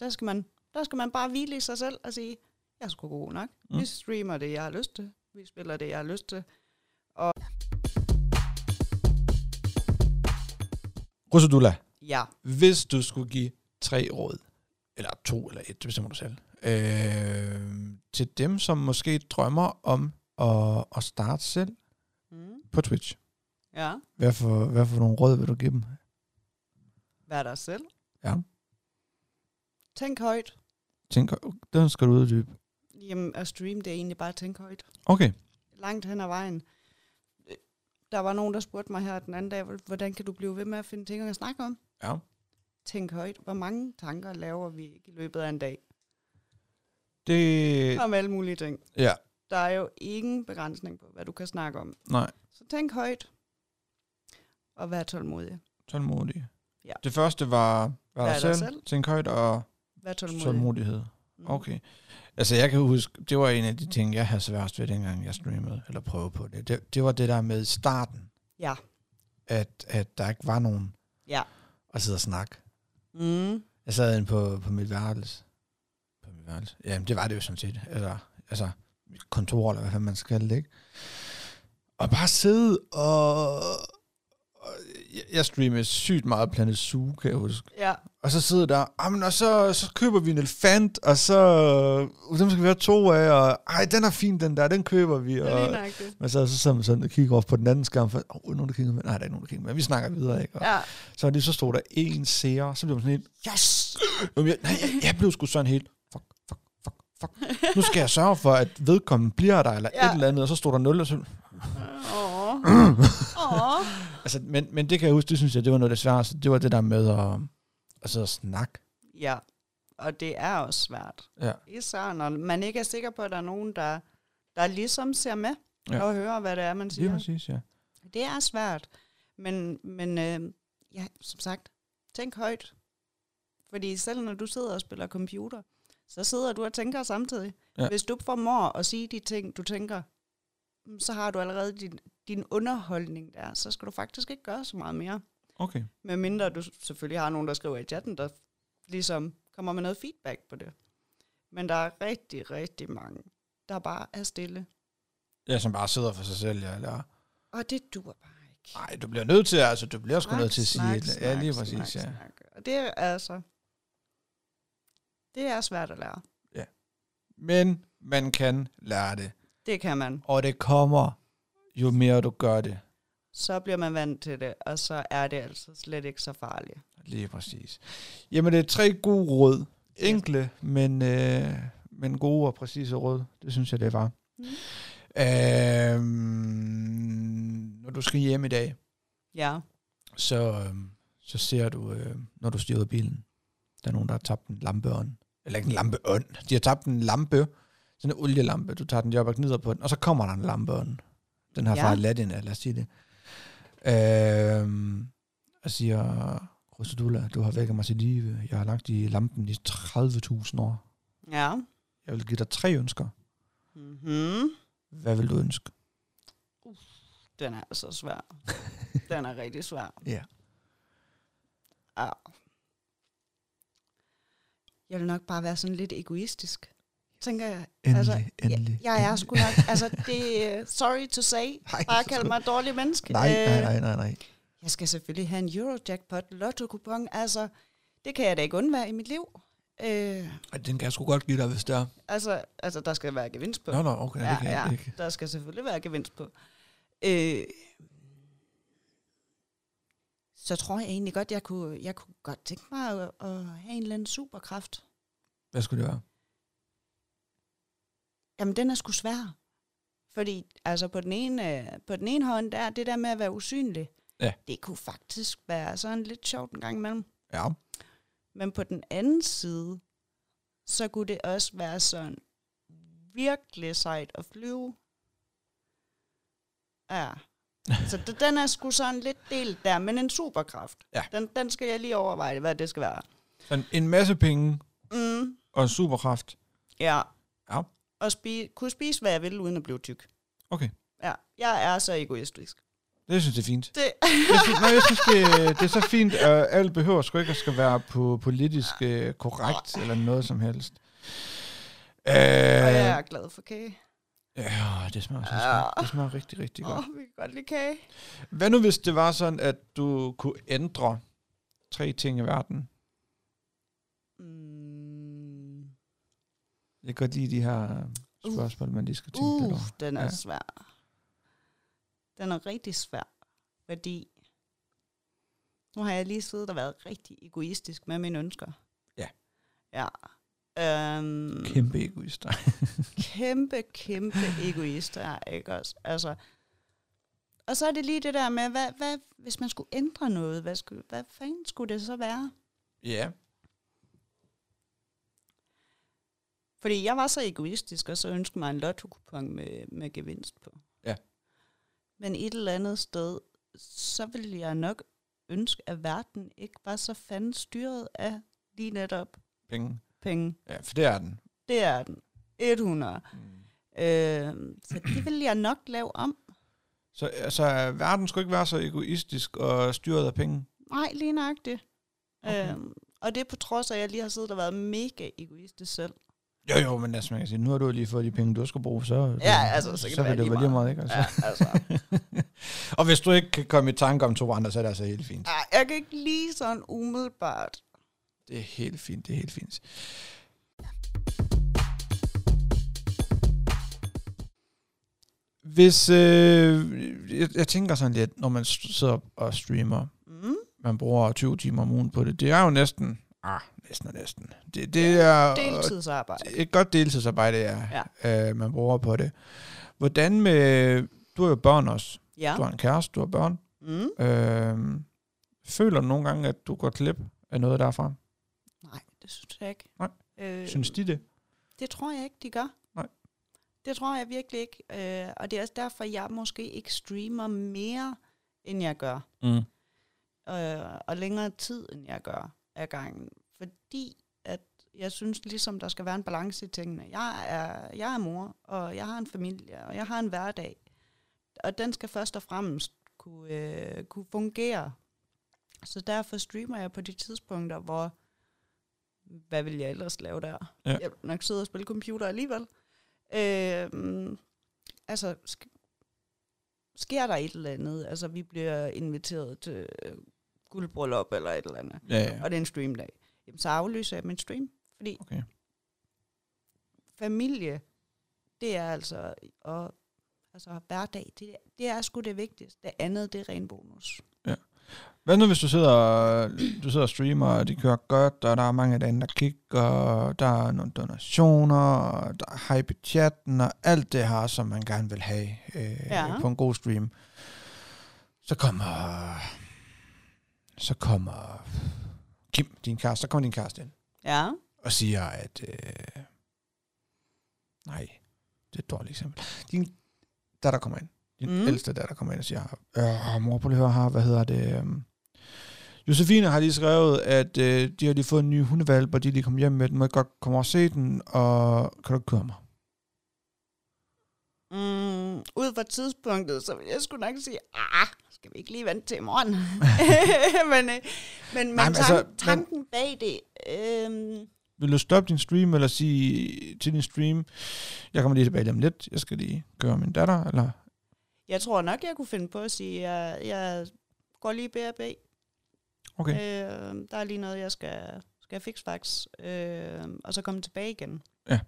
B: der, skal man, der skal man bare hvile i sig selv og sige, jeg er sgu god nok. Mm.
A: Mm.
B: Vi streamer det, jeg har lyst til. Vi spiller det, jeg har lyst til.
A: Rusadula,
B: Ja.
A: hvis du skulle give tre råd, eller to eller et, det bestemmer du selv, øh, til dem, som måske drømmer om at, at starte selv
B: Mm.
A: på Twitch,
B: Ja.
A: hvad for, hvad for nogle råd vil du give dem?
B: Vær dig selv.
A: Ja.
B: Tænk højt.
A: Tænker, den skal du uddybe.
B: Jamen, at streame, det er egentlig bare at tænke højt.
A: Okay.
B: Langt hen ad vejen. Øh, Der var nogen, der spurgte mig her den anden dag, hvordan kan du blive ved med at finde ting at snakke om?
A: Ja.
B: Tænk højt. Hvor mange tanker laver vi ikke i løbet af en dag?
A: Det,
B: Om alle mulige ting.
A: ja,
B: Der er jo ingen begrænsning på, hvad du kan snakke om.
A: nej,
B: Så tænk højt. Og vær tålmodig.
A: tålmodig.
B: Ja.
A: Det første var, var
B: Vær
A: dig
B: dig
A: selv,
B: selv.
A: tænk højt og
B: Vær tålmodig.
A: tålmodighed.
B: Mm.
A: Okay. Altså jeg kan huske, det var en af de ting, jeg havde sværest ved, dengang jeg streamede, eller prøvede på det. Det, det var det der med starten,
B: Ja.
A: at, at der ikke var nogen
B: Ja.
A: at sidde og snakke.
B: Mm.
A: Jeg sad inde på, på mit værelse. På mit værelse? Jamen, det var det jo sådan set. Altså, altså mit kontor, eller hvad fanden man skal kalde det, ikke? Og bare sidde og... og jeg, jeg streamede sygt meget Planet Zoo, kan jeg huske.
B: Ja.
A: Og så sidder der, jamen, og så, så køber vi en elefant, og så, uh, dem skal vi have to af, og ej, den er fin, den der, den køber vi.
B: Det
A: Og,
B: er lige nøjagtigt.
A: men så, så sidder man sådan og kigger over på den anden skærm, for, åh, oh, nogen der kigger med, nej, der er ikke nogen, der kigger med, vi snakker videre, ikke? Og,
B: Ja.
A: Så lige så stod der en seer, så blev man sådan helt, yes! Jamen, jeg, nej, jeg, jeg blev sgu sådan helt, fuck, fuck, fuck, fuck. Nu skal jeg sørge for, at vedkommende bliver der, eller ja.
B: Ja.
A: et eller andet, og så stod der 0, og så, <clears throat>
B: Åh. Åh.
A: altså, men, men det kan jeg huske, det synes jeg, det var noget af det sværeste, det var det der med at, altså, at sidde og snakke.
B: Ja. Og det er også svært.
A: Ja.
B: Især når man ikke er sikker på, at der er nogen, der, der ligesom ser med
A: Ja.
B: ja. og hører, hvad det er, man
A: Lige
B: siger.
A: præcis, ja.
B: Det er svært. Men, men øh, ja, som sagt, tænk højt. Fordi selv når du sidder og spiller computer, så sidder du og tænker samtidig.
A: Ja.
B: Ja. Hvis du formår at sige de ting, du tænker, mm, så har du allerede din, din underholdning der. Så skal du faktisk ikke gøre så meget mere.
A: Okay.
B: Med mindre du selvfølgelig har nogen, der skriver i chatten, der ligesom kommer med noget feedback på det. Men der er rigtig, rigtig mange, der bare er stille.
A: Ja, som bare sidder for sig selv, ja, eller,
B: Og det dur bare ikke.
A: nej, du bliver nødt til, altså, du bliver sgu
B: Snak,
A: nødt til at sige,
B: snak,
A: et eller- ja, lige
B: snak,
A: præcis,
B: snak,
A: ja.
B: snak. Og det er altså... Det er svært at lære.
A: Men man kan lære det,
B: Det kan man.
A: og det kommer, jo mere du gør det.
B: Så bliver man vant til det, og så er det altså slet ikke så farligt.
A: Lige præcis. Jamen, det er tre gode råd. Enkle, men, øh, men gode og præcise råd. Det synes jeg, det var. Mm.
B: Mm.
A: Øhm, når du skal hjem i dag,
B: Ja,
A: så, øh, så ser du, øh, når du styrer bilen, der er nogen, der har tabt en lampeånd. Eller ikke en lampeånd. De har tabt en lampe. Sådan en olielampe. Du tager den lige op og gnider på den, og så kommer der en lampeånd. Den har ja.
B: Ja.
A: fra Aladdin, af, lad os sige det. Øhm, og siger, Rosadula, du har vækket mig til live. Jeg har lagt i lampen i 30.000 år.
B: ja.
A: Jeg vil give dig tre ønsker.
B: Mm-hmm.
A: Hvad vil du ønske?
B: Den er altså
A: <laughs>
B: svær. Den er rigtig svær.
A: Ja.
B: Ja. Jeg vil nok bare være sådan lidt egoistisk, tænker jeg.
A: Endelig,
B: Altså,
A: endelig.
B: Jeg er sgu nok, altså det er sorry to say,
A: <laughs> Nej,
B: bare
A: så <laughs>
B: kald
A: skal-
B: mig et dårligt menneske.
A: Nej, nej,
B: Øh,
A: nej, nej, nej.
B: Jeg skal selvfølgelig have en Eurojackpot lotto-coupon, altså det kan jeg da ikke undvære i mit liv. Øh,
A: Ej, Den kan jeg sgu godt give dig, hvis det er.
B: altså, altså, der skal være gevinst på.
A: Nå, nå, okay, ja, det kan jeg ikke.
B: Der skal selvfølgelig være gevinst på. Øh, så tror jeg egentlig godt, jeg kunne, jeg kunne godt tænke mig at, at have en eller anden superkraft.
A: Hvad skulle det være?
B: Jamen, den er sgu svær. Fordi altså på, den ene, øh, på den ene hånd, der det der med at være usynlig,
A: Ja.
B: det kunne faktisk være sådan lidt sjovt en gang imellem.
A: Ja.
B: Men på den anden side, så kunne det også være sådan virkelig sejt at flyve. Ja. Så d- den er sgu sådan lidt delt der, men en superkraft.
A: Ja.
B: Den, den skal jeg lige overveje, hvad det skal være.
A: Sådan en masse penge
B: Mm,
A: og en superkraft.
B: ja.
A: Ja.
B: Og spi- kunne spise, hvad jeg vil, uden at blive tyk.
A: Okay.
B: Ja, jeg er så egoistisk.
A: Det synes jeg er fint.
B: Det, <laughs>
A: Jeg synes, nej, jeg synes det, det er så fint, at alt behøver sgu ikke at skal være på politisk øh, korrekt eller noget som helst. Øh,
B: og jeg er glad for kage.
A: ja, det smager, så
B: Ah.
A: smager, det smager rigtig, rigtig
B: Åh,
A: godt.
B: oh, vi kan godt lide kage.
A: Hvad nu, hvis det var sådan, at du kunne ændre tre ting i verden?
B: Mm.
A: Jeg kan godt lide de her øh,
B: Uh.
A: spørgsmål, man lige skal tænke uh. lidt
B: Uh,
A: over.
B: den er
A: Ja.
B: ja. svær. Den er rigtig svær, fordi nu har jeg lige siddet og været rigtig egoistisk med mine ønsker.
A: Ja.
B: Ja. Øhm,
A: Kæmpe egoister.
B: kæmpe, kæmpe egoist er, ikke også? Altså, og så er det lige det der med, hvad, hvad, hvis man skulle ændre noget, hvad, skulle, hvad fanden skulle det så være?
A: Ja.
B: Fordi jeg var så egoistisk, og så ønskede mig en lotto-coupon med, med gevinst på.
A: Ja.
B: Men et eller andet sted, så ville jeg nok ønske, at verden ikke var så fanden styret af lige netop
A: Penge.
B: penge.
A: Ja, for det er den.
B: Det er den. 100.
A: Mm.
B: Øh, så det ville jeg nok lave om.
A: Så altså, verden skulle ikke være så egoistisk og styret af penge.
B: Nej, lige nøjagtigt.
A: Okay.
B: Okay. Øhm, og det er på trods af, at jeg lige har siddet og været mega egoistisk selv.
A: Jo, jo, men altså, man kan sige, nu har du lige fået de penge, du skal bruge, så,
B: Ja, altså, så kan
A: så
B: det
A: vil
B: være
A: det
B: lige
A: være lige meget, ikke? Altså.
B: Ja, altså.
A: Og hvis du ikke kan komme i tanke om to andre, så er det altså helt fint.
B: Ej, jeg kan ikke lige sådan umiddelbart.
A: Det er helt fint, det er helt fint. Hvis, øh, jeg, jeg tænker sådan lidt, når man s- sidder og streamer,
B: Mm.
A: man bruger 20 timer om ugen på det, det er jo næsten, ah, næsten og næsten. Det, det er
B: Deltidsarbejde.
A: et godt deltidsarbejde, ja, ja. Øh, man bruger på det. Hvordan med, du har jo børn også,
B: Ja.
A: du har en kæreste, du har børn.
B: Mm.
A: Øh, føler du nogle gange, at du går glip af noget derfra?
B: Nej, det synes jeg ikke.
A: Nej.
B: Øh,
A: Synes de det?
B: Det tror jeg ikke, de gør.
A: Nej.
B: Det tror jeg virkelig ikke. Øh, og det er også derfor, jeg måske ikke streamer mere, end jeg gør.
A: Mm.
B: Øh, og længere tid, end jeg gør af gangen. Fordi at jeg synes ligesom, der skal være en balance i tingene. Jeg er, jeg er mor, og jeg har en familie, og jeg har en hverdag. Og den skal først og fremmest kunne, øh, kunne fungere. Så derfor streamer jeg på de tidspunkter, hvor hvad vil jeg ellers lave der?
A: Ja.
B: Ja. Jeg vil nok sidde og spille computer alligevel. Øhm, altså, sk- sker der et eller andet? Altså, vi bliver inviteret til øh, guldbryllup eller et eller andet,
A: Ja, ja.
B: og det er en streamdag. Jamen, så aflyser jeg min stream, fordi
A: Okay.
B: familie, det er altså, og, altså hverdag, det, det er sgu det vigtigste. Det andet, det er ren bonus.
A: Hvad nu, hvis du sidder, du sidder og streamer, og det kører godt, og der er mange af dem, der kigger, og der er nogle donationer, og der er hype i chatten, og alt det her, som man gerne vil have øh, ja.
B: Ja.
A: på en god stream. Så kommer... Så kommer... Kim, din kæreste, så kommer din kæreste ind
B: Ja,
A: og siger, at... Øh, nej, det er et dårligt eksempel. Din datter kommer ind. Din mm.
B: Mm.
A: ældste datter kommer ind og siger, øh, mor, prøv lige at høre her, hvad hedder det? øhm, Josefine har lige skrevet, at øh, de har lige fået en ny hundevalp, og de er lige kommet hjem med den. Må jeg godt komme over og se den, og kan du ikke køre mig?
B: Mm, ud fra tidspunktet, så vil jeg skulle nok sige, ah, skal vi ikke lige vente til i
A: <laughs>
B: morgen? <laughs> men øh, men, men
A: Nej, men
B: tank,
A: altså, men-
B: tanken bag det, øhm,
A: Vil du stoppe din stream, eller sige til din stream, jeg kommer lige tilbage lige om lidt, jeg skal lige køre min datter, eller...
B: jeg tror nok, jeg kunne finde på at sige, at jeg, jeg går lige B&B.
A: Okay,
B: Øh, der er lige noget, jeg skal, skal fikse faktisk, øh, og så komme tilbage igen.
A: Ja.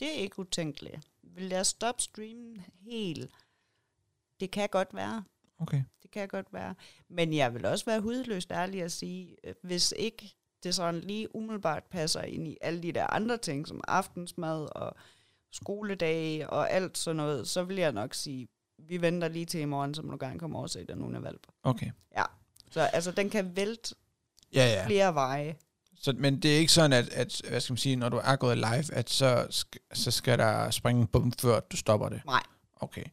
B: Det er ikke utænkeligt. Vil jeg stoppe streamen helt? Det kan godt være.
A: okay.
B: Det kan godt være. Men jeg vil også være hudløst ærlig at sige, øh, hvis ikke det sådan lige umiddelbart passer ind i alle de der andre ting, som aftensmad og skoledage og alt sådan noget, så vil jeg nok sige, vi venter lige til i morgen, så må du gerne komme over og se den hundevalp.
A: Okay.
B: Så altså, den kan vælte
A: Ja, ja.
B: flere veje.
A: Så, men det er ikke sådan, at, at hvad skal man sige, når du er gået live, at så, sk- så skal der springe en bum, før du stopper det?
B: Nej.
A: Okay.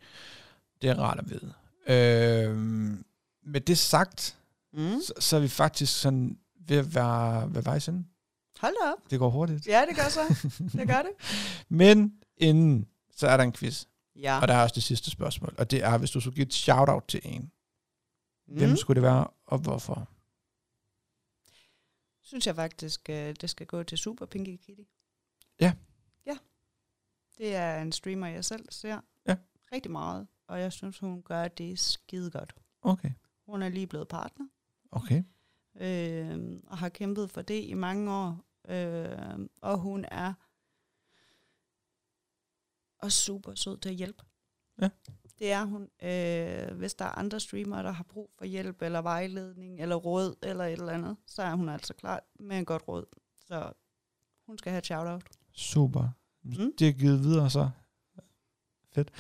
A: Det er rart at vide. Øhm, med det sagt,
B: Mm.
A: så, så er vi faktisk sådan ved at være ved vejs ende.
B: Hold da op.
A: Det går hurtigt.
B: Ja, det gør så. Det gør det.
A: Men inden, så er der en quiz.
B: <laughs> Ja.
A: Og der er også det sidste spørgsmål. Og det er, hvis du skulle give et shout-out til en. Mm. Hvem
B: Mm.
A: skulle det være, og hvorfor?
B: Synes jeg faktisk, øh, det skal gå til Super Pinky Kitty.
A: Ja.
B: Ja. Det er en streamer, jeg selv ser.
A: Ja.
B: Rigtig meget. Og jeg synes, hun gør det skide godt.
A: Okay.
B: Hun er lige blevet partner.
A: Okay.
B: Øh, og har kæmpet for det i mange år. Øh, og hun er og super sød til at hjælpe.
A: Ja.
B: Det er hun. Øh, hvis der er andre streamere, der har brug for hjælp, eller vejledning, eller råd, eller et eller andet, så er hun altså klar med en godt råd. Så hun skal have et shout-out.
A: Super.
B: Mm.
A: Det er givet videre så. Fedt.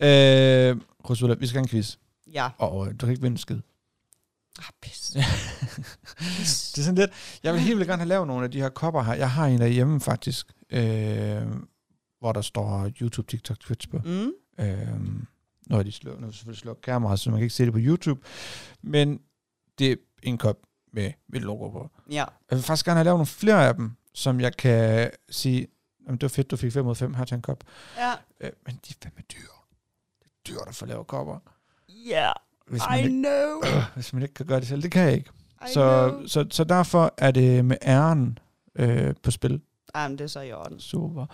A: Øh, Rosula, vi skal have en quiz.
B: Ja.
A: Og øh, du kan ikke vinde en skid.
B: Ah,
A: <laughs>
B: pis.
A: Det er sådan lidt... Jeg vil helt vildt gerne have lavet nogle af de her kopper her. Jeg har en derhjemme faktisk, øh, hvor der står YouTube, TikTok, Twitch på.
B: Mm.
A: Øh, nu har de slå, nu har de selvfølgelig slået kameraet, så man kan ikke se det på YouTube. Men det er en kop med mit logo på.
B: Ja.
A: Jeg vil faktisk gerne have lavet nogle flere af dem, som jeg kan sige, jamen, det var fedt, du fik 5 ud af 5, her til en kop.
B: Ja.
A: Øh, men de er fandme dyre. Det er dyrt at få lavet kopper.
B: Ja.
A: Hvis man,
B: I
A: ikke,
B: know.
A: <clears throat> hvis man ikke kan gøre det selv, det kan jeg ikke.
B: I
A: Så,
B: know.
A: så, så derfor er det med æren øh, på spil.
B: Ej, men det er så i orden.
A: Super.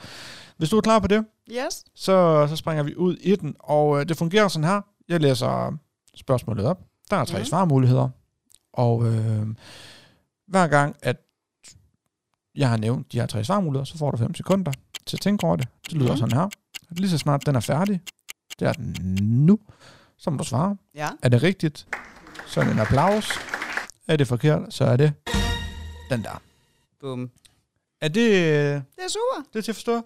A: Hvis du er klar på det,
B: Yes.
A: så, så springer vi ud i den, og øh, det fungerer sådan her. Jeg læser øh, spørgsmålet op. Der er tre
B: Mhm.
A: svarmuligheder, og øh, hver gang, at jeg har nævnt de her tre svarmuligheder, så får du 5 sekunder til at tænke over det. Det lyder
B: Mhm.
A: sådan her. Lige så snart den er færdig, det er den nu, så må du svare.
B: Ja.
A: Er det rigtigt, så er det en applaus. Er det forkert, så er det den der.
B: Bum.
A: Er det, øh,
B: Det er super.
A: det er til at forstå?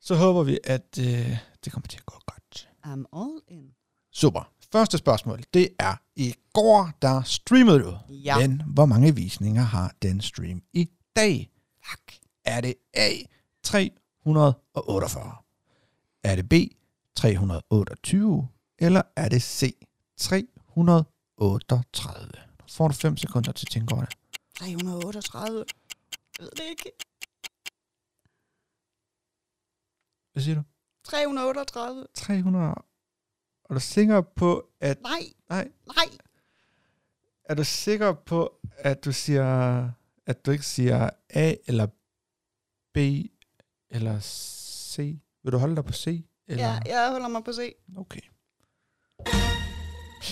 A: Så håber vi, at øh, det kommer til at gå godt.
B: I'm all in.
A: Super. Første spørgsmål, det er, i går der streamede du.
B: Ja.
A: Men hvor mange visninger har den stream i dag?
B: Fuck.
A: Er det A, 348? Er det B, 328? Eller er det C, 338? Nu får du 5 sekunder til at tænke over det.
B: 338. Jeg ved det ikke.
A: Hvad siger du?
B: 338.
A: 300. Er du sikker på, at...
B: Nej.
A: Nej.
B: Nej.
A: Er du sikker på, at du siger... At du ikke siger A eller B eller C? Vil du holde dig på C? Eller?
B: Ja, jeg holder mig på C.
A: Okay.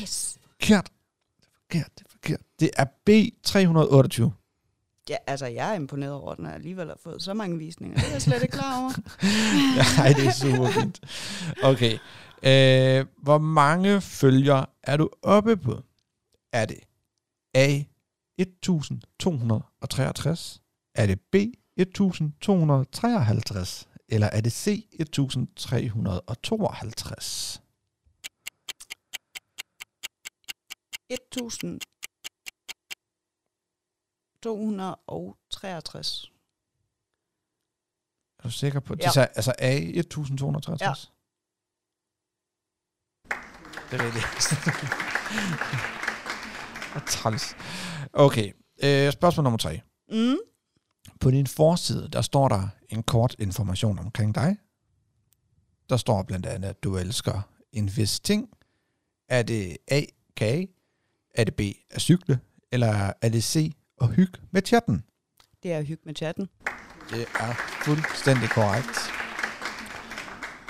B: Yes.
A: Forkert. Det er forkert. Det er forkert. Det er B328.
B: Ja, altså, jeg er imponeret over, at den alligevel har fået så mange visninger. Det er jeg slet ikke klar over. <laughs>
A: Nej, det er super fint. Okay. Øh, hvor mange følger er du oppe på? Er det A. 1263? Er det B. 1253? Eller er det C. 1352?
B: 1263.
A: Er du sikker på det?
B: Ja.
A: Ja. Sagde, altså A. 1263? Det er rigtigt. <laughs> Og træls. Okay. Øh, spørgsmål nummer tre.
B: Mm.
A: På din forside, der står der en kort information omkring dig. Der står blandt andet, at du elsker en vis ting. Er det A, kage? Er det B, at cykle? Eller er det C, at hygge med chatten?
B: Det er at hygge med chatten.
A: Det er fuldstændig korrekt.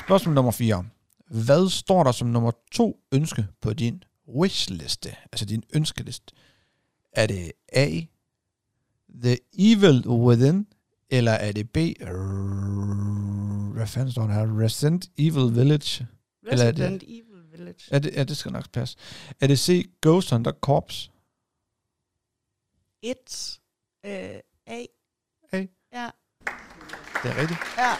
A: Spørgsmål nummer 4. Hvad står der som nummer to ønske på din wishliste? Altså din ønskeliste. Er det A. The Evil Within? Eller er det B. R- Hvad fanden står der her? Resident Evil Village? Eller er det-
B: Resident Evil Village.
A: Er det, ja, det skal nok passe. Er det C. Ghost Hunter Corps?
B: Et. Øh, A.
A: A.
B: Ja.
A: Det er rigtigt.
B: Ja.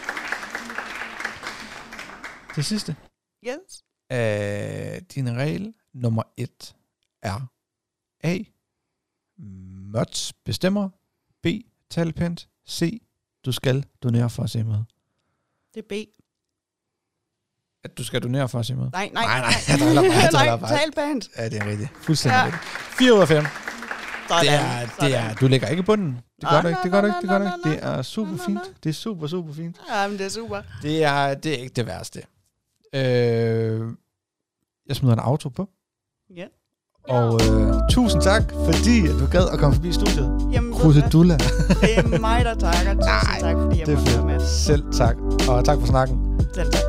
A: Det sidste.
B: Yes.
A: Øh, din regel nummer et er A. Møds bestemmer. B. Tal pænt. C. Du skal donere for at se med.
B: Det er B.
A: At du skal donere for at se med.
B: Nej, nej.
A: Nej, <laughs> nej, jeg driller bare, jeg driller
B: nej,
A: bare.
B: tal pænt.
A: Ja, det er rigtigt. Fuldstændig ja.
B: Ja.
A: rigtigt. 4 ud af 5.
B: Sådan,
A: Det er, det er, du ligger ikke i bunden. Det gør
B: Nej,
A: du ikke, det gør
B: nej,
A: du ikke,
B: nej,
A: det gør du
B: nej,
A: ikke.
B: nej,
A: Det er super
B: nej, nej.
A: fint. Det er super, super fint.
B: sådan. Jamen, det er super.
A: Det er, det er ikke det værste. Øh, jeg smider en auto på.
B: Ja.
A: Og øh, tusind tak, fordi at du gad at komme forbi studiet.
B: Jamen, ved du
A: Kruse
B: hvad?
A: Dulla.
B: det er mig, der takker. Tusind
A: Nej,
B: tak, fordi jeg
A: Det er
B: måtte være med.
A: fedt. Selv tak. Og tak for snakken.
B: Selv tak.